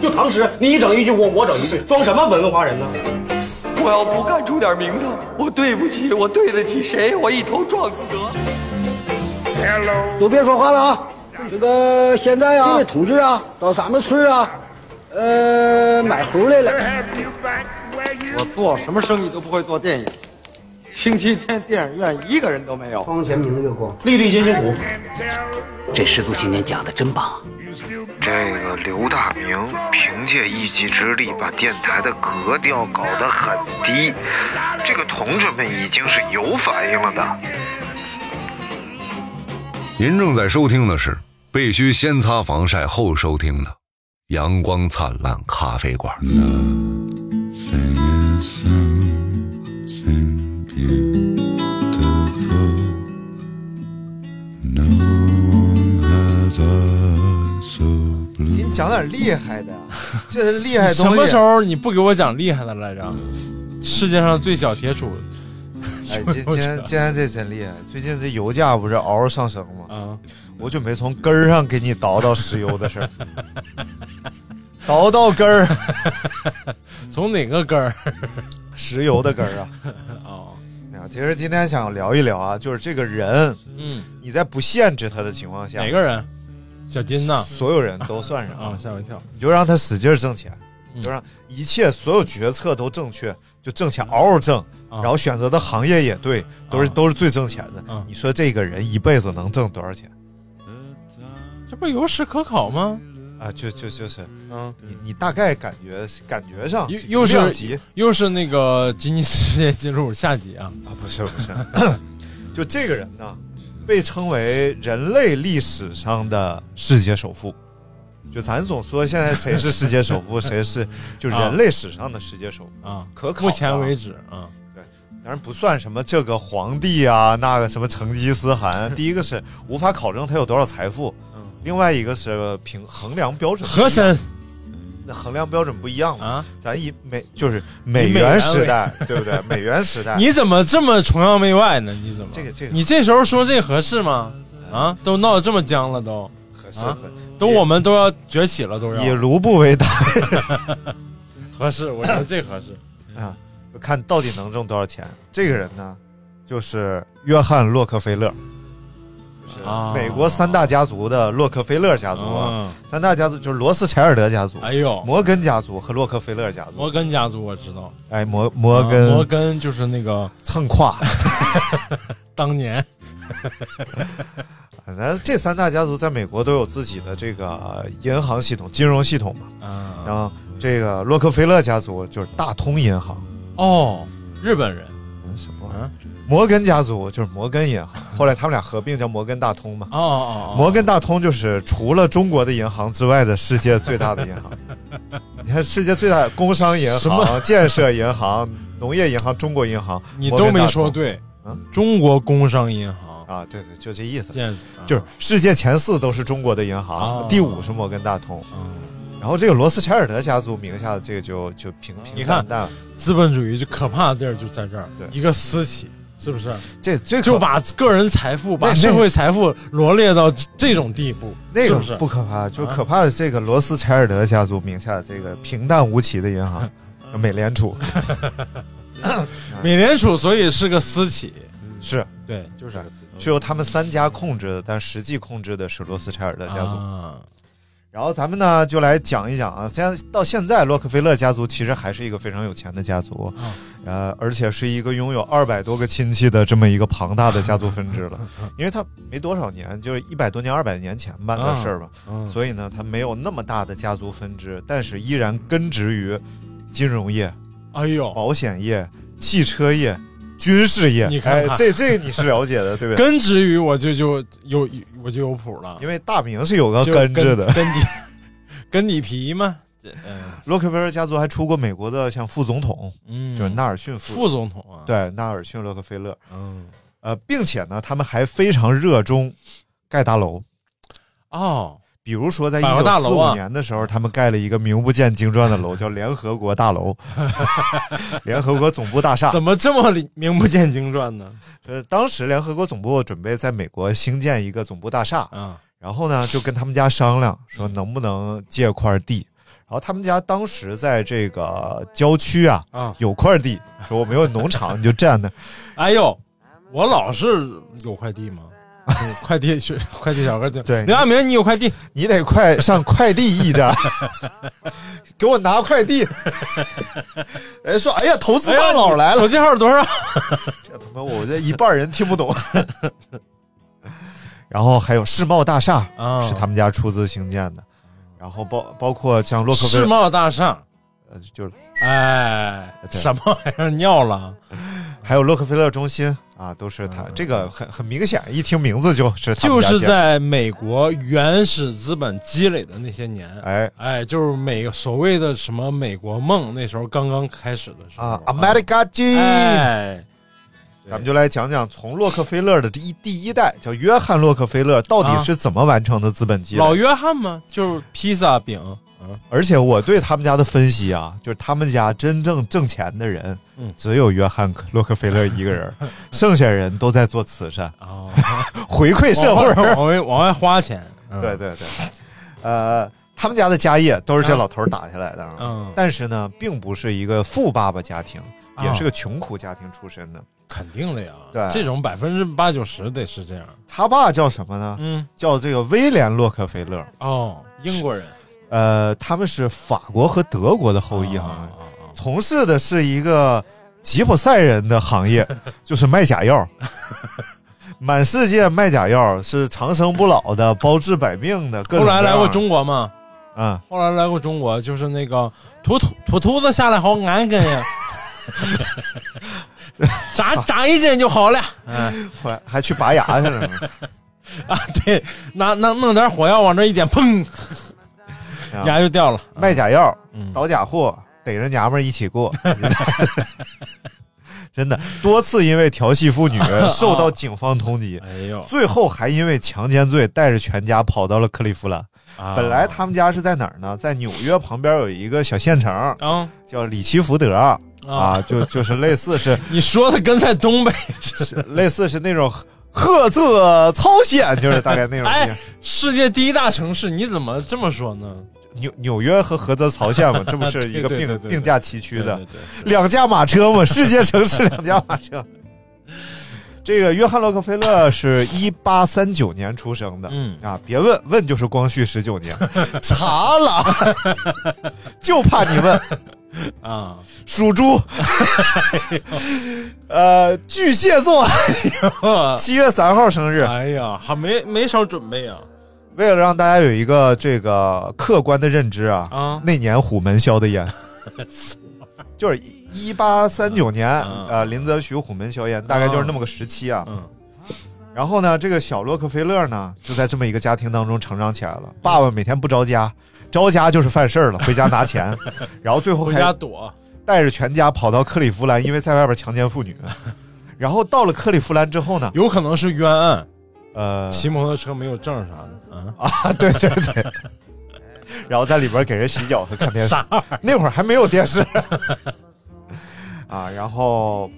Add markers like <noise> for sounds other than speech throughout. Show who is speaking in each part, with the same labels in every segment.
Speaker 1: 就唐诗，你一整一句，我我整一
Speaker 2: <laughs>
Speaker 1: 句，装什么文化人呢？
Speaker 3: 我要不干出点名堂，我对不起，我对得起谁？我一头撞死得了。
Speaker 2: 都别说话了啊！这个现在啊，这位同志啊，到咱们村啊，呃，买猴来了。
Speaker 4: 我做什么生意都不会做电影，星期天电影院一个人都没有。
Speaker 2: 光前明月光，
Speaker 1: 粒粒皆辛苦，
Speaker 5: 这师祖今年讲的真棒啊！
Speaker 6: 这个刘大明凭借一己之力把电台的格调搞得很低，这个同志们已经是有反应了的。
Speaker 7: 您正在收听的是必须先擦防晒后收听的《阳光灿烂咖啡馆》。
Speaker 8: Sing a something beautiful. No one has eyes so blue.
Speaker 9: 给你讲点厉害的，这厉害东西。啊
Speaker 10: 什么时候你不给我讲厉害的来着？世界上最小铁杵
Speaker 9: 哎，今今天今天这真厉害！最近这油价不是嗷嗷上升吗？
Speaker 10: 啊！
Speaker 9: 我准备从根儿上给你倒倒石油的事儿， <laughs> 倒到根儿，
Speaker 10: 从哪个根儿？
Speaker 9: 石油的根儿啊！
Speaker 10: 哦，
Speaker 9: 哎呀其实今天想聊一聊啊，就是这个人，
Speaker 10: 嗯，
Speaker 9: 你在不限制他的情况下，
Speaker 10: 哪个人？小金呐？
Speaker 9: 所有人都算上
Speaker 10: 啊，吓我一跳！
Speaker 9: 你就让他使劲儿挣钱，
Speaker 10: 嗯
Speaker 9: 就让一切所有决策都正确，就挣钱嗷嗷挣，
Speaker 10: 啊
Speaker 9: 然后选择的行业也对，都是
Speaker 10: 啊
Speaker 9: 都是最挣钱的
Speaker 10: 啊。
Speaker 9: 你说这个人一辈子能挣多少钱
Speaker 10: 这不有史可考吗？
Speaker 9: 啊？就就就是
Speaker 10: 嗯，
Speaker 9: 你你大概感觉感觉上
Speaker 10: 又又是
Speaker 9: 量级
Speaker 10: 又是那个吉尼斯世界纪录下集啊！
Speaker 9: 啊，不是
Speaker 10: <laughs>
Speaker 9: 不是，就这个人呢，被称为人类历史上的世界首富。就咱总说现在谁是世界首
Speaker 10: <laughs>
Speaker 9: 富，谁是就人类史上的世界首富。
Speaker 10: 啊，
Speaker 9: 可考
Speaker 10: 目前
Speaker 9: 吧
Speaker 10: 为止啊，
Speaker 9: 当然不算什么这个皇帝啊，那个什么成吉思汗。第一个是无法考证他有多少财富，另外一个是凭衡量标准不一样，
Speaker 10: 和珅
Speaker 9: 那衡量标准不一样嘛。
Speaker 10: 啊，
Speaker 9: 咱以美就是美
Speaker 10: 以美
Speaker 9: 元
Speaker 10: 元
Speaker 9: 时
Speaker 10: 为
Speaker 9: 代，对
Speaker 10: <laughs>
Speaker 9: 不对？美元时代，
Speaker 10: 啊你怎么这么崇洋媚外呢？你怎么
Speaker 9: 这个这个
Speaker 10: 你这时候说这合适吗？啊，都闹得这么僵了，都
Speaker 9: 可是
Speaker 10: 啊
Speaker 9: 很
Speaker 10: 都我们都要崛起了，都
Speaker 9: 以
Speaker 10: 要
Speaker 9: 卢布为单
Speaker 10: 合适，我觉得这合适。
Speaker 9: 啊，就看到底能挣多少钱。这个人呢，就是约翰洛克菲勒，就是
Speaker 10: 啊
Speaker 9: 美国三大家族的洛克菲勒家族啊，
Speaker 10: 嗯，
Speaker 9: 三大家族就是罗斯柴尔德家族、
Speaker 10: 哎呦，
Speaker 9: 摩根家族和洛克菲勒家族。
Speaker 10: 摩根家族我知道，
Speaker 9: 哎，摩摩
Speaker 10: 啊摩
Speaker 9: 根
Speaker 10: 根就是那个
Speaker 9: 蹭胯，
Speaker 10: 当年
Speaker 9: <laughs> 反正这三大家族在美国都有自己的这个银行系统、金融系统嘛。
Speaker 10: 啊
Speaker 9: 然后这个洛克菲勒家族就是大通银行，
Speaker 10: 哦，日本人
Speaker 9: 嗯什么玩意儿
Speaker 10: 啊，
Speaker 9: 摩根家族就是摩根银行，后来他们俩合并叫摩根大通嘛。
Speaker 10: 哦哦哦，
Speaker 9: <laughs> 摩根大通就是除了中国的银行之外的世界最大的银行。你看，世界最大的工商银
Speaker 10: 什
Speaker 9: 行、建设银行、农业银行、中国银行，
Speaker 10: 你
Speaker 9: 摩根
Speaker 10: 都没
Speaker 9: 大通
Speaker 10: 说对
Speaker 9: 嗯，
Speaker 10: 中国工商银行啊
Speaker 9: 啊？对对，就这意思。
Speaker 10: 建
Speaker 9: 就是世界前四都是中国的银行，
Speaker 10: 哦
Speaker 9: 第五是摩根大通。
Speaker 10: 嗯
Speaker 9: 然后这个罗斯柴尔德家族名下的这个就就平平
Speaker 10: 你
Speaker 9: 淡
Speaker 10: 看
Speaker 9: 淡。
Speaker 10: 资本主义就可怕的地儿就在这儿
Speaker 9: 对，
Speaker 10: 一个私企是不是
Speaker 9: 这最可
Speaker 10: 就把个人财富、把
Speaker 9: 那
Speaker 10: 社会财富罗列到这这种地步，
Speaker 9: 那
Speaker 10: 是
Speaker 9: 个
Speaker 10: 不是？嗯
Speaker 9: 不可怕，就可怕的这个罗斯柴尔德家族名下的这个平淡无奇的银行， <laughs> 美
Speaker 10: <laughs>
Speaker 9: 联储
Speaker 10: 美联储所以是个私企，
Speaker 9: 是
Speaker 10: 对，就是个私企
Speaker 9: 是啊由他们三家控制的，但实际控制的是罗斯柴尔德家族。
Speaker 10: 啊
Speaker 9: 然后咱们呢就来讲一讲啊，现在到现在洛克菲勒家族其实还是一个非常有钱的家族，
Speaker 10: 啊
Speaker 9: 呃，而且是一个拥有二百多个亲戚的这么一个庞大的家族分支了。
Speaker 10: 嗯
Speaker 9: 因为他没多少年，就是一百多年、二百年前办的事儿吧，
Speaker 10: 嗯
Speaker 9: 所以呢，他没有那么大的家族分支，但是依然根植于金融业、
Speaker 10: 哎呦，
Speaker 9: 保险业、汽车业、军事业。
Speaker 10: 你看看
Speaker 9: 哎、这这你是了解的，对
Speaker 10: <laughs>
Speaker 9: 不对？
Speaker 10: 根植于我就就有我就有谱了，
Speaker 9: 因为大明是有个
Speaker 10: 就
Speaker 9: 根治的。
Speaker 10: 根底根底皮嘛，这嗯
Speaker 9: 洛克菲勒家族还出过美国的像副总统，
Speaker 10: 嗯，
Speaker 9: 就是纳尔逊副，
Speaker 10: 副总统啊，，
Speaker 9: 对，纳尔逊洛克菲勒。
Speaker 10: 嗯，
Speaker 9: 呃，并且呢，他们还非常热衷盖大楼。
Speaker 10: 哦，
Speaker 9: 比如说，在一
Speaker 10: 百货大
Speaker 9: 九四
Speaker 10: 楼
Speaker 9: 五
Speaker 10: 啊
Speaker 9: 年的时候，他们盖了一个名不见经传的楼，叫联合国
Speaker 10: <laughs>
Speaker 9: 大楼，联合国总部大厦。
Speaker 10: 怎么这么里名不见经传呢？
Speaker 9: 呃，当时联合国总部准备在美国兴建一个总部大厦，
Speaker 10: 啊，嗯
Speaker 9: 然后呢，就跟他们家商量说能不能借块地，然后他们家当时在这个郊区啊，
Speaker 10: 啊
Speaker 9: 有块地，说我没有农场，你就站那儿。
Speaker 10: 哎呦，我老是有快递
Speaker 9: <laughs>
Speaker 10: 吗？嗯快递去，快递小哥去。
Speaker 9: 对
Speaker 10: 刘亚明，你有快递？
Speaker 9: 你得快上快递
Speaker 10: <laughs>
Speaker 9: 驿站，给我拿快递。人说：“哎呀，投资大佬来
Speaker 10: 哎呀
Speaker 9: 了。哎
Speaker 10: 手机号多少？
Speaker 9: 这他妈我这一半人听
Speaker 10: <laughs>
Speaker 9: 不懂。然后还有世贸大厦、
Speaker 10: 啊
Speaker 9: 是他们家出资兴建的，然后包包括像洛克菲
Speaker 10: 世
Speaker 9: 勒，
Speaker 10: 贸大厦。
Speaker 9: 呃就是
Speaker 10: 哎，
Speaker 9: 对
Speaker 10: 什么玩意儿尿了？
Speaker 9: 还有洛克菲勒中心啊，都是他、这个很很明显，一听名字就是他们
Speaker 10: 就
Speaker 9: 家
Speaker 10: 是
Speaker 9: 建的
Speaker 10: 在美国原始资本积累的那些年，
Speaker 9: 哎
Speaker 10: 哎，就是美个所谓的什么美国梦，那时候刚刚开始的时候
Speaker 9: 啊，America G，、
Speaker 10: 哎，
Speaker 9: 咱们就来讲讲从洛克菲勒的第一第一代叫约翰洛克菲勒到底
Speaker 10: 啊
Speaker 9: 是怎么完成的资本积累。
Speaker 10: 老约翰吗？就是披萨饼，嗯，
Speaker 9: 而且我对他们家的分析啊，就是他们家真正挣钱的人，
Speaker 10: 嗯
Speaker 9: 只有约翰洛克菲勒一个人，剩下人都在做慈善，
Speaker 10: 哦，
Speaker 9: 回馈社会。
Speaker 10: <laughs> 往外往外往外花钱，嗯
Speaker 9: 对，对对，呃，他们家的家业都是这老头儿打下来的啊。
Speaker 10: 嗯，
Speaker 9: 但是呢，并不是一个富爸爸家庭，
Speaker 10: 啊
Speaker 9: 也是个穷苦家庭出身的。
Speaker 10: 肯定的呀，
Speaker 9: 对
Speaker 10: 这种百分之八九十得是这样，
Speaker 9: 他爸叫什么呢？
Speaker 10: 嗯，
Speaker 9: 叫这个威廉洛克菲勒。
Speaker 10: 哦，英国人
Speaker 9: 呃，他们是法国和德国的后裔，好像
Speaker 10: 啊啊
Speaker 9: 是
Speaker 10: 啊
Speaker 9: 从事的是一个吉普赛人的
Speaker 10: <laughs>
Speaker 9: 行业，就是卖假药，满世界卖假药，是长生不老的、包治百病的，各
Speaker 10: 后
Speaker 9: 种各
Speaker 10: 来
Speaker 9: 样的
Speaker 10: 来过中国吗？
Speaker 9: 嗯，
Speaker 10: 后来来过中国，就是那个土土土秃子下来好难跟呀，眨眨一针就好了。嗯
Speaker 9: 后来还去拔牙去了呢。
Speaker 10: 啊，对，拿拿弄点火药往这一点，砰，
Speaker 9: 啊
Speaker 10: 牙就掉了。
Speaker 9: 卖假药、
Speaker 10: 嗯
Speaker 9: 倒假货，逮着娘们儿一起过。 <laughs> 真的，多次因为调
Speaker 10: <laughs>
Speaker 9: 戏妇女受到警方通缉，
Speaker 10: 哎呦，
Speaker 9: 最后还因为强奸罪带着全家跑到了克利夫兰。
Speaker 10: 啊
Speaker 9: 本来他们家是在哪儿呢？在纽约旁边有一个小县城，
Speaker 10: 啊
Speaker 9: 叫里奇福德啊，就就是类似是 <laughs>
Speaker 10: <laughs> 你说的跟在东北
Speaker 9: 是类似是那种赫赫操险，就是大概那种地
Speaker 10: 哎
Speaker 9: 方。
Speaker 10: 世界第一大城市，你怎么这么说呢？
Speaker 9: 纽纽约和菏泽曹县嘛，这不是
Speaker 10: <laughs> 对
Speaker 9: 一个
Speaker 10: 对
Speaker 9: 并
Speaker 10: 对对
Speaker 9: 并驾齐驱
Speaker 10: 对
Speaker 9: 的
Speaker 10: 对对，
Speaker 9: 两驾马车嘛，世界城市两驾马车。 <laughs> 这个约翰洛克菲勒是一八三九年出生的，
Speaker 10: 嗯
Speaker 9: 啊，别问问就是光绪十九年， <laughs> 查了， <laughs> 就怕你问。
Speaker 10: 啊，
Speaker 9: 属猪， <laughs> 呃，巨蟹座，七月三号生日。
Speaker 10: 呃哎呀，还没没少准备啊。
Speaker 9: 为了让大家有一个这个客观的认知啊，
Speaker 10: 啊
Speaker 9: 那年虎门销
Speaker 10: <laughs>
Speaker 9: 的烟，就是一八三九年，
Speaker 10: 嗯
Speaker 9: 呃，林则徐虎门销烟，大概就是那么个时期啊。
Speaker 10: 嗯
Speaker 9: 然后呢，这个小洛克菲勒呢，就在这么一个家庭当中成长起来了。爸爸每天不着家，着家就是犯事儿了，回家拿
Speaker 10: <laughs>
Speaker 9: 钱，然后最后
Speaker 10: 回
Speaker 9: 还
Speaker 10: 家躲。
Speaker 9: 带着全家跑到克利夫兰，因为在外边强奸妇女。然后到了克利夫兰之后呢，
Speaker 10: 有可能是冤案，
Speaker 9: 呃，
Speaker 10: 骑摩托车没有证啥的，嗯，
Speaker 9: 啊，对对对， <laughs> 然后在里边给人洗脚和看电视
Speaker 10: 啥，玩意儿？
Speaker 9: 那会儿还没有电视 <laughs> 啊。然后，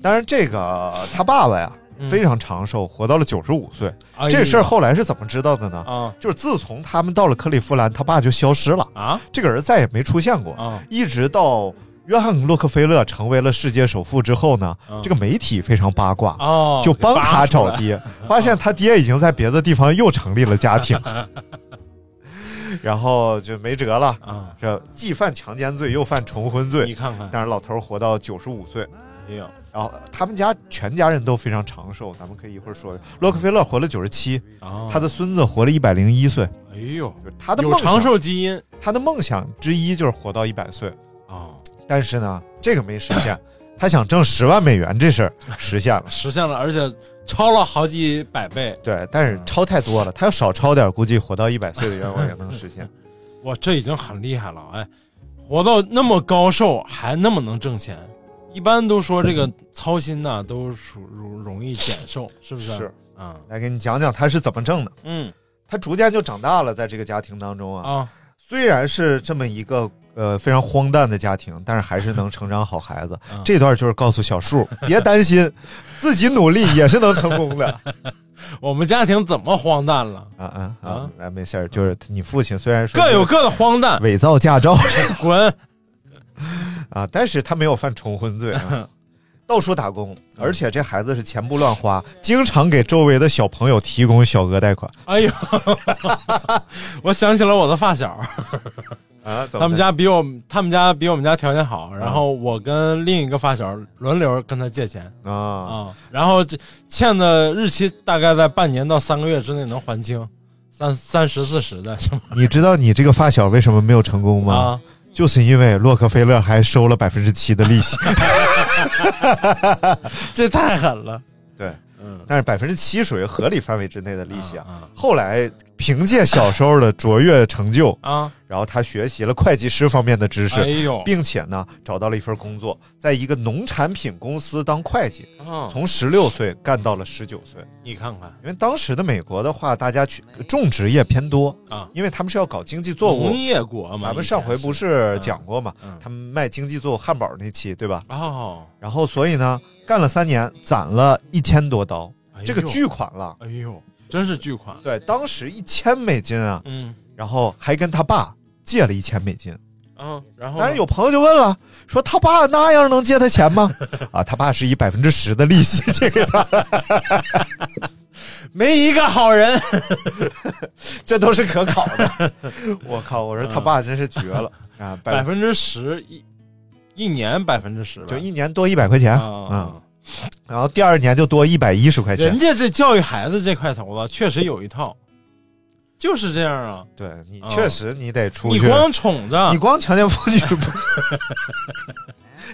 Speaker 9: 当然这个他爸爸呀
Speaker 10: 嗯
Speaker 9: 非常长寿，活到了九十五岁。
Speaker 10: 哎呦
Speaker 9: 这事儿后来是怎么知道的呢？
Speaker 10: 啊
Speaker 9: 就是自从他们到了克利夫兰，他爸就消失了，
Speaker 10: 啊
Speaker 9: 这个人再也没出现过。
Speaker 10: 啊！
Speaker 9: 一直到约翰洛克菲勒成为了世界首富之后呢，
Speaker 10: 嗯
Speaker 9: 这个媒体非常八卦，
Speaker 10: 哦，
Speaker 9: 就帮他
Speaker 10: 给
Speaker 9: 找
Speaker 10: 扒出来
Speaker 9: 爹，发现他爹已经在别的地方又成立了家庭， <laughs> 然后就没辙了，
Speaker 10: 啊！
Speaker 9: 这既犯强奸罪又犯重婚
Speaker 10: 你
Speaker 9: 罪。
Speaker 10: 看看，
Speaker 9: 但是老头儿活到九十五岁，
Speaker 10: 哎呦，
Speaker 9: 然后他们家全家人都非常长寿，咱们可以一会儿说。洛克菲勒活了九十七，
Speaker 10: 啊
Speaker 9: 他的孙子活了一百零一岁，
Speaker 10: 哎呦，
Speaker 9: 就是他的
Speaker 10: 有
Speaker 9: 梦
Speaker 10: 长
Speaker 9: 想，
Speaker 10: 寿基因
Speaker 9: 他的梦想之一就是活到一百岁。
Speaker 10: 啊，
Speaker 9: 但是呢，这个没实现。他想挣十万美元这事儿实现了，
Speaker 10: 实现了，而且超了好几百倍。
Speaker 9: 对，但是超太多了，他要少超点儿，估计活到一百岁的愿望也能实现。
Speaker 10: 哇，这已经很厉害了，哎，活到那么高寿还那么能挣钱。一般都说这个操心呐、都属容容易减寿，是不是？
Speaker 9: <laughs> 是，
Speaker 10: 啊，
Speaker 9: 来给你讲讲他是怎么挣的。
Speaker 10: 嗯
Speaker 9: 他逐渐就长大了，在这个家庭当中啊，
Speaker 10: 啊
Speaker 9: 虽然是这么一个呃非常荒诞的家庭，但是还是能成长好孩 <laughs> 子。这段就是告诉小 <laughs> 树，别担心，自己努力也是能成功的。
Speaker 10: 我们家庭怎么荒诞了？
Speaker 9: 啊啊啊！来，没事儿，就是你父亲虽然说
Speaker 10: 各有各的荒诞，
Speaker 9: 伪造驾 <laughs> 照
Speaker 10: 滚！
Speaker 9: 啊，但是他没有犯重婚罪、啊，到处打工，而且这孩子是钱不乱花，经常给周围的小朋友提供小额贷款
Speaker 10: 哎呦， <laughs> 我想起了我的发小，
Speaker 9: 啊。怎么的嗯
Speaker 10: 他们家比我他们家比我们家条件好，然后我跟另一个发小轮流跟他借钱啊、
Speaker 9: 啊，
Speaker 10: 然后这欠的日期大概在半年到三个月之内能还清，三三十四十的什么
Speaker 9: 你知道你这个发小为什么没有成功吗？
Speaker 10: 啊？
Speaker 9: 就是因为洛克菲勒还收了百分之七的利息，
Speaker 10: 这太狠了，
Speaker 9: 对，
Speaker 10: 嗯
Speaker 9: 但是百分之七属于合理范围之内的利息啊。
Speaker 10: 啊
Speaker 9: 后来凭借小时候的卓越成就，
Speaker 10: 啊！
Speaker 9: 然后他学习了会计师方面的知
Speaker 10: 哎
Speaker 9: 识，
Speaker 10: 呦，
Speaker 9: 并且呢找到了一份工作，在一个农产品公司当会计，
Speaker 10: 啊
Speaker 9: 从十六岁干到了十九岁。
Speaker 10: 你看看
Speaker 9: 因为当时的美国的话，大家去种植业偏多
Speaker 10: 啊
Speaker 9: 因为他们是要搞经济作物
Speaker 10: 农。业国嘛，
Speaker 9: 咱们上回不
Speaker 10: 以前
Speaker 9: 是讲过嘛，
Speaker 10: 嗯
Speaker 9: 他们卖经济作物汉堡那期，对吧？
Speaker 10: 哦，
Speaker 9: 然后所以呢，干了三年，攒了一千多刀，
Speaker 10: 哎呦
Speaker 9: 这个巨款了。
Speaker 10: 哎呦，真是巨款，
Speaker 9: 对，当时一千美金啊，
Speaker 10: 嗯
Speaker 9: 然后还跟他爸借了一千美金。
Speaker 10: 啊，然后
Speaker 9: 但是有朋友就问了，说他爸那样能借他钱吗？ <laughs> 啊，他爸是以百分之十的利息借给他，
Speaker 10: 没一个好人，
Speaker 9: 这都是可考的。 <laughs> 我靠，我说他爸真是绝了
Speaker 10: <laughs>
Speaker 9: 啊！
Speaker 10: 嗯百
Speaker 9: 百
Speaker 10: 分之十一一年百分之十吧，
Speaker 9: 就一年多一百块钱
Speaker 10: 啊
Speaker 9: 啊，然后第二年就多一百一十块钱
Speaker 10: 人。家这教育孩子这块头子确实有一套，就是这样啊。
Speaker 9: 对你
Speaker 10: 啊
Speaker 9: 确实你得出
Speaker 10: 你
Speaker 9: 去，
Speaker 10: 光宠着
Speaker 9: 你，光强奸妇女
Speaker 10: <laughs>
Speaker 9: 不，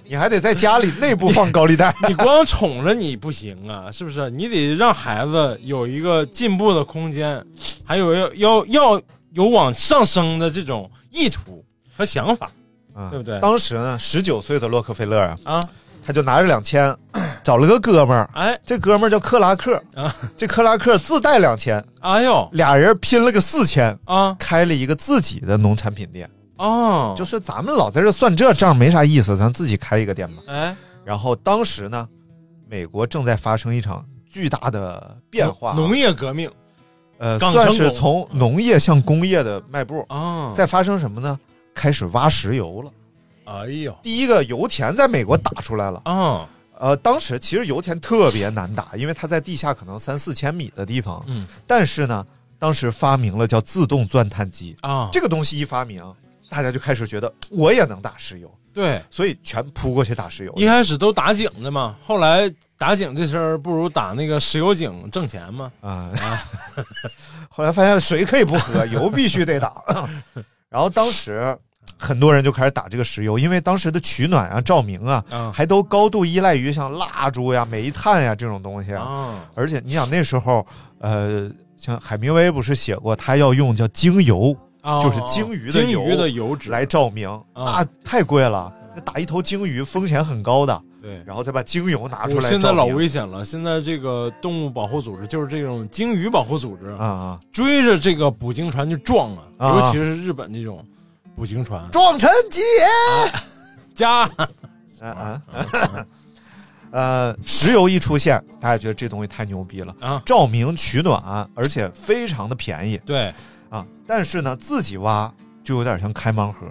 Speaker 9: 你还得在家里内部放高
Speaker 10: <laughs>
Speaker 9: 利贷。
Speaker 10: 你光宠着你不行啊，是不是？你得让孩子有一个进步的空间，还有要要要有往上升的这种意图和想法
Speaker 9: 啊
Speaker 10: 对不对
Speaker 9: 当时呢，十九岁的洛克菲勒啊，
Speaker 10: 啊！
Speaker 9: 他就拿着两千，找了个哥们儿，
Speaker 10: 哎
Speaker 9: 这哥们儿叫克拉克
Speaker 10: 啊，
Speaker 9: 这克拉克自带两千，
Speaker 10: 哎呦
Speaker 9: 俩人拼了个四千，
Speaker 10: 啊
Speaker 9: 开了一个自己的农产品店。
Speaker 10: 哦，
Speaker 9: 就是是咱们老在这算这账没啥意思，咱自己开一个店吧。
Speaker 10: 哎
Speaker 9: 然后当时呢，美国正在发生一场巨大的变化，啊
Speaker 10: 农业革命
Speaker 9: 呃，
Speaker 10: 港
Speaker 9: 算
Speaker 10: 成
Speaker 9: 是
Speaker 10: 功嗯
Speaker 9: 从农业向工业的迈步。
Speaker 10: 啊，
Speaker 9: 在发生什么呢？开始挖石油了。
Speaker 10: 哎呦
Speaker 9: 第一个油田在美国打出来了。
Speaker 10: 啊
Speaker 9: 呃，当时其实油田特别难打，因为它在地下可能三四千米的地方。
Speaker 10: 嗯
Speaker 9: 但是呢，当时发明了叫自动钻探机，
Speaker 10: 啊，
Speaker 9: 这个东西一发明，大家就开始觉得我也能打石油，
Speaker 10: 对。
Speaker 9: 所以全扑过去打石油。
Speaker 10: 一开始都打井的嘛，后来打井这事儿不如打那个石油井挣钱嘛。
Speaker 9: 啊， <laughs> 后来发现水可以不喝，油必须得打。 <laughs> 然后当时很多人就开始打这个石油，因为当时的取暖啊、照明啊，
Speaker 10: 啊
Speaker 9: 还都高度依赖于像蜡烛呀、煤炭呀这种东西啊。
Speaker 10: 啊
Speaker 9: 而且你想那时候，呃，像海明威不是写过，他要用叫精油
Speaker 10: 啊
Speaker 9: 就是鲸鱼的
Speaker 10: 鲸
Speaker 9: 油
Speaker 10: 鱼的油脂
Speaker 9: 来照明，
Speaker 10: 啊
Speaker 9: 那太贵了，那打一头鲸鱼风险很高的，
Speaker 10: 对。
Speaker 9: 然后再把精油拿出
Speaker 10: 我
Speaker 9: 来照
Speaker 10: 现
Speaker 9: 明。
Speaker 10: 在老危险了，现在这个动物保护组织就是这种鲸鱼保护组织，
Speaker 9: 啊啊！
Speaker 10: 追着这个捕鲸船去撞啊，
Speaker 9: 啊
Speaker 10: 尤其是日本这种捕鲸船，
Speaker 9: 撞沉吉野。
Speaker 10: 加
Speaker 9: 啊啊！ <laughs> 呃，石油一出现，大家觉得这东西太牛逼了，
Speaker 10: 啊，
Speaker 9: 照明取暖，而且非常的便宜
Speaker 10: 对，
Speaker 9: 啊。但是呢，自己挖就有点像开盲 <laughs> 盒，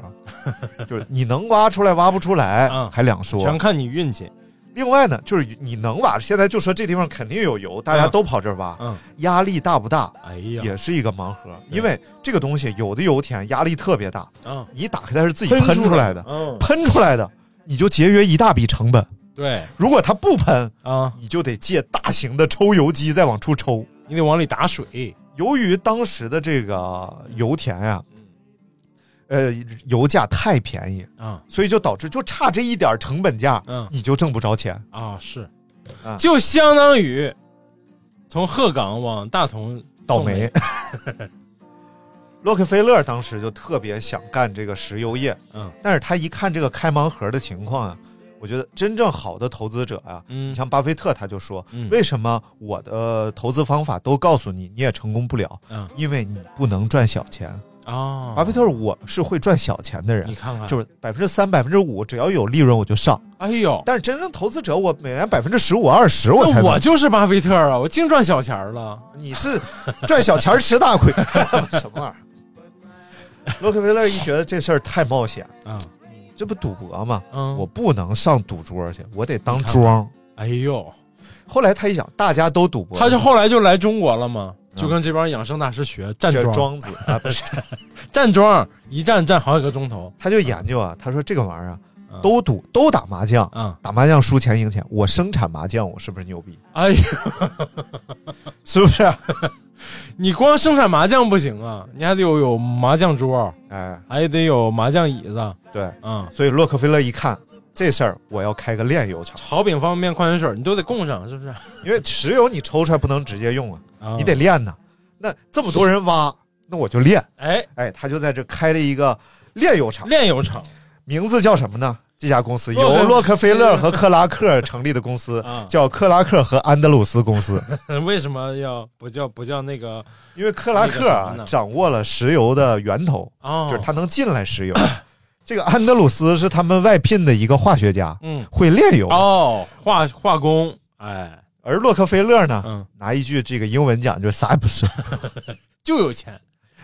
Speaker 9: 就是你能挖出来挖不出来、
Speaker 10: 嗯
Speaker 9: 还两说
Speaker 10: 全。看你运气，
Speaker 9: 另外呢，就是你能挖，现在就说这地方肯定有油，大家都跑这儿挖，
Speaker 10: 嗯，
Speaker 9: 压力大不大
Speaker 10: 哎呀，
Speaker 9: 也是一个盲盒，
Speaker 10: 对
Speaker 9: 因为这个东西有的油田压力特别大，
Speaker 10: 嗯，
Speaker 9: 你一打开它是自己喷出来的，
Speaker 10: 嗯，
Speaker 9: 喷出来的你就节约一大笔成本。
Speaker 10: 对，
Speaker 9: 如果它不喷，
Speaker 10: 啊，
Speaker 9: 你就得借大型的抽油机再往出抽。
Speaker 10: 你得往里打水，
Speaker 9: 由于当时的这个油田呀、呃，油价太便宜，
Speaker 10: 啊
Speaker 9: 所以就导致就差这一点成本价，
Speaker 10: 嗯
Speaker 9: 你就挣不着钱。
Speaker 10: 啊是
Speaker 9: 啊，
Speaker 10: 就相当于从鹤岗往大同
Speaker 9: 倒
Speaker 10: 送
Speaker 9: 霉，。 <laughs> 洛克菲勒当时就特别想干这个石油业，
Speaker 10: 嗯
Speaker 9: 但是他一看这个开盲盒的情况啊，我觉得真正好的投资者啊，
Speaker 10: 嗯
Speaker 9: 你像巴菲特他就说，
Speaker 10: 嗯
Speaker 9: 为什么我的投资方法都告诉你，你也成功不了？
Speaker 10: 嗯
Speaker 9: 因为你不能赚小钱，
Speaker 10: 啊，
Speaker 9: 巴菲特我是会赚小钱的人，
Speaker 10: 你看看
Speaker 9: 就是百分之三、百分之五，只要有利润我就上。
Speaker 10: 哎呦，
Speaker 9: 但是真正投资者，我每年百分之十五、二十，我才
Speaker 10: 那
Speaker 9: 能
Speaker 10: 我就是巴菲特啊，我净赚小钱儿了。
Speaker 9: 你是赚小钱儿吃大亏， <laughs> 什么玩意儿？啊洛克菲勒一觉得这事儿太冒险，
Speaker 10: 嗯
Speaker 9: 这不赌博吗？
Speaker 10: 嗯，
Speaker 9: 我不能上赌桌去，我得当庄。
Speaker 10: 哎呦，
Speaker 9: 后来他一想，大家都赌博，
Speaker 10: 他就后来就来中国了嘛，
Speaker 9: 嗯
Speaker 10: 就跟这帮养生大师学站
Speaker 9: 学
Speaker 10: 桩，
Speaker 9: 庄子啊，不是，
Speaker 10: 站桩一站站好几个钟头。
Speaker 9: 他就研
Speaker 10: <laughs>
Speaker 9: 究啊，他说这个玩意儿啊
Speaker 10: 嗯
Speaker 9: 都赌，都打麻将，
Speaker 10: 嗯，
Speaker 9: 打麻将输钱赢钱，我生产麻将，我是不是牛逼？
Speaker 10: 哎呀， <laughs>
Speaker 9: 是不是？
Speaker 10: 你光生产麻将不行啊，你还得有有麻将桌，
Speaker 9: 哎，
Speaker 10: 还得有麻将椅子。
Speaker 9: 对，
Speaker 10: 嗯，
Speaker 9: 所以洛克菲勒一看这事儿，我要开个炼油厂，
Speaker 10: 炒饼、方便面、矿泉水你都得供上，是不是？
Speaker 9: 因为石油你抽出来不能直接用啊，
Speaker 10: 啊
Speaker 9: 你得炼呐。那这么多人挖，那我就炼。
Speaker 10: 哎，
Speaker 9: 哎，他就在这开了一个炼油厂，
Speaker 10: 炼油厂 <laughs>
Speaker 9: 名字叫什么呢？这家公司
Speaker 10: 洛克
Speaker 9: 由洛克菲勒和克拉克成立的公司
Speaker 10: 啊，
Speaker 9: 叫克拉克和安德鲁斯
Speaker 10: <laughs>
Speaker 9: 公司，
Speaker 10: 为什么要不叫不叫那个？
Speaker 9: 因为克拉克
Speaker 10: 那个什么
Speaker 9: 啊
Speaker 10: 呢
Speaker 9: 掌握了石油的源头，
Speaker 10: 哦，
Speaker 9: 就是他能进来
Speaker 10: <coughs>
Speaker 9: 石油。这个安德鲁斯是他们外聘的一个化学家，
Speaker 10: 嗯，
Speaker 9: 会炼油。
Speaker 10: 哦，化化工，哎，
Speaker 9: 而洛克菲勒呢，
Speaker 10: 嗯，
Speaker 9: 拿一句这个英文讲，就是啥也
Speaker 10: <laughs>
Speaker 9: 不是，
Speaker 10: 就有钱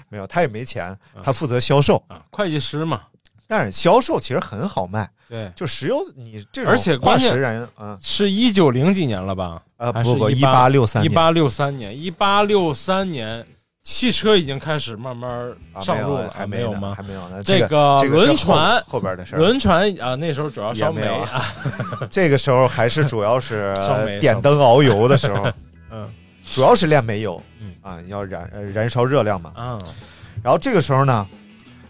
Speaker 9: 没有，他也没钱
Speaker 10: 嗯，
Speaker 9: 他负责销售。
Speaker 10: 啊，会计师嘛，
Speaker 9: 但是销售其实很好卖，
Speaker 10: 对，
Speaker 9: 就石油你这种
Speaker 10: 而且
Speaker 9: 化
Speaker 10: 关键
Speaker 9: 石燃料啊，
Speaker 10: 是一九零几年了吧？
Speaker 9: 呃
Speaker 10: 还
Speaker 9: 不
Speaker 10: 是
Speaker 9: 不，一
Speaker 10: 18
Speaker 9: 八六三
Speaker 10: 一
Speaker 9: 年，
Speaker 10: 八六三年，一八六三年，汽车已经开始慢慢
Speaker 9: 啊
Speaker 10: 上
Speaker 9: 没有
Speaker 10: 路了，
Speaker 9: 还
Speaker 10: 没
Speaker 9: 有
Speaker 10: 有
Speaker 9: 呢
Speaker 10: 吗？
Speaker 9: 还没有呢。
Speaker 10: 这
Speaker 9: 这
Speaker 10: 个
Speaker 9: 这个是
Speaker 10: 轮
Speaker 9: 后
Speaker 10: 船
Speaker 9: 后边的事儿，
Speaker 10: 轮船啊，那时候主要烧
Speaker 9: 也
Speaker 10: 煤
Speaker 9: 没有啊
Speaker 10: <laughs> 啊，
Speaker 9: 这个时候还是主
Speaker 10: <laughs>
Speaker 9: 要是呃
Speaker 10: 烧煤
Speaker 9: 点灯熬油的时候，
Speaker 10: <laughs> 嗯
Speaker 9: 主要是炼煤油
Speaker 10: 嗯
Speaker 9: 啊，要燃呃燃烧热量嘛。
Speaker 10: 嗯
Speaker 9: <laughs> 然后这个时候呢，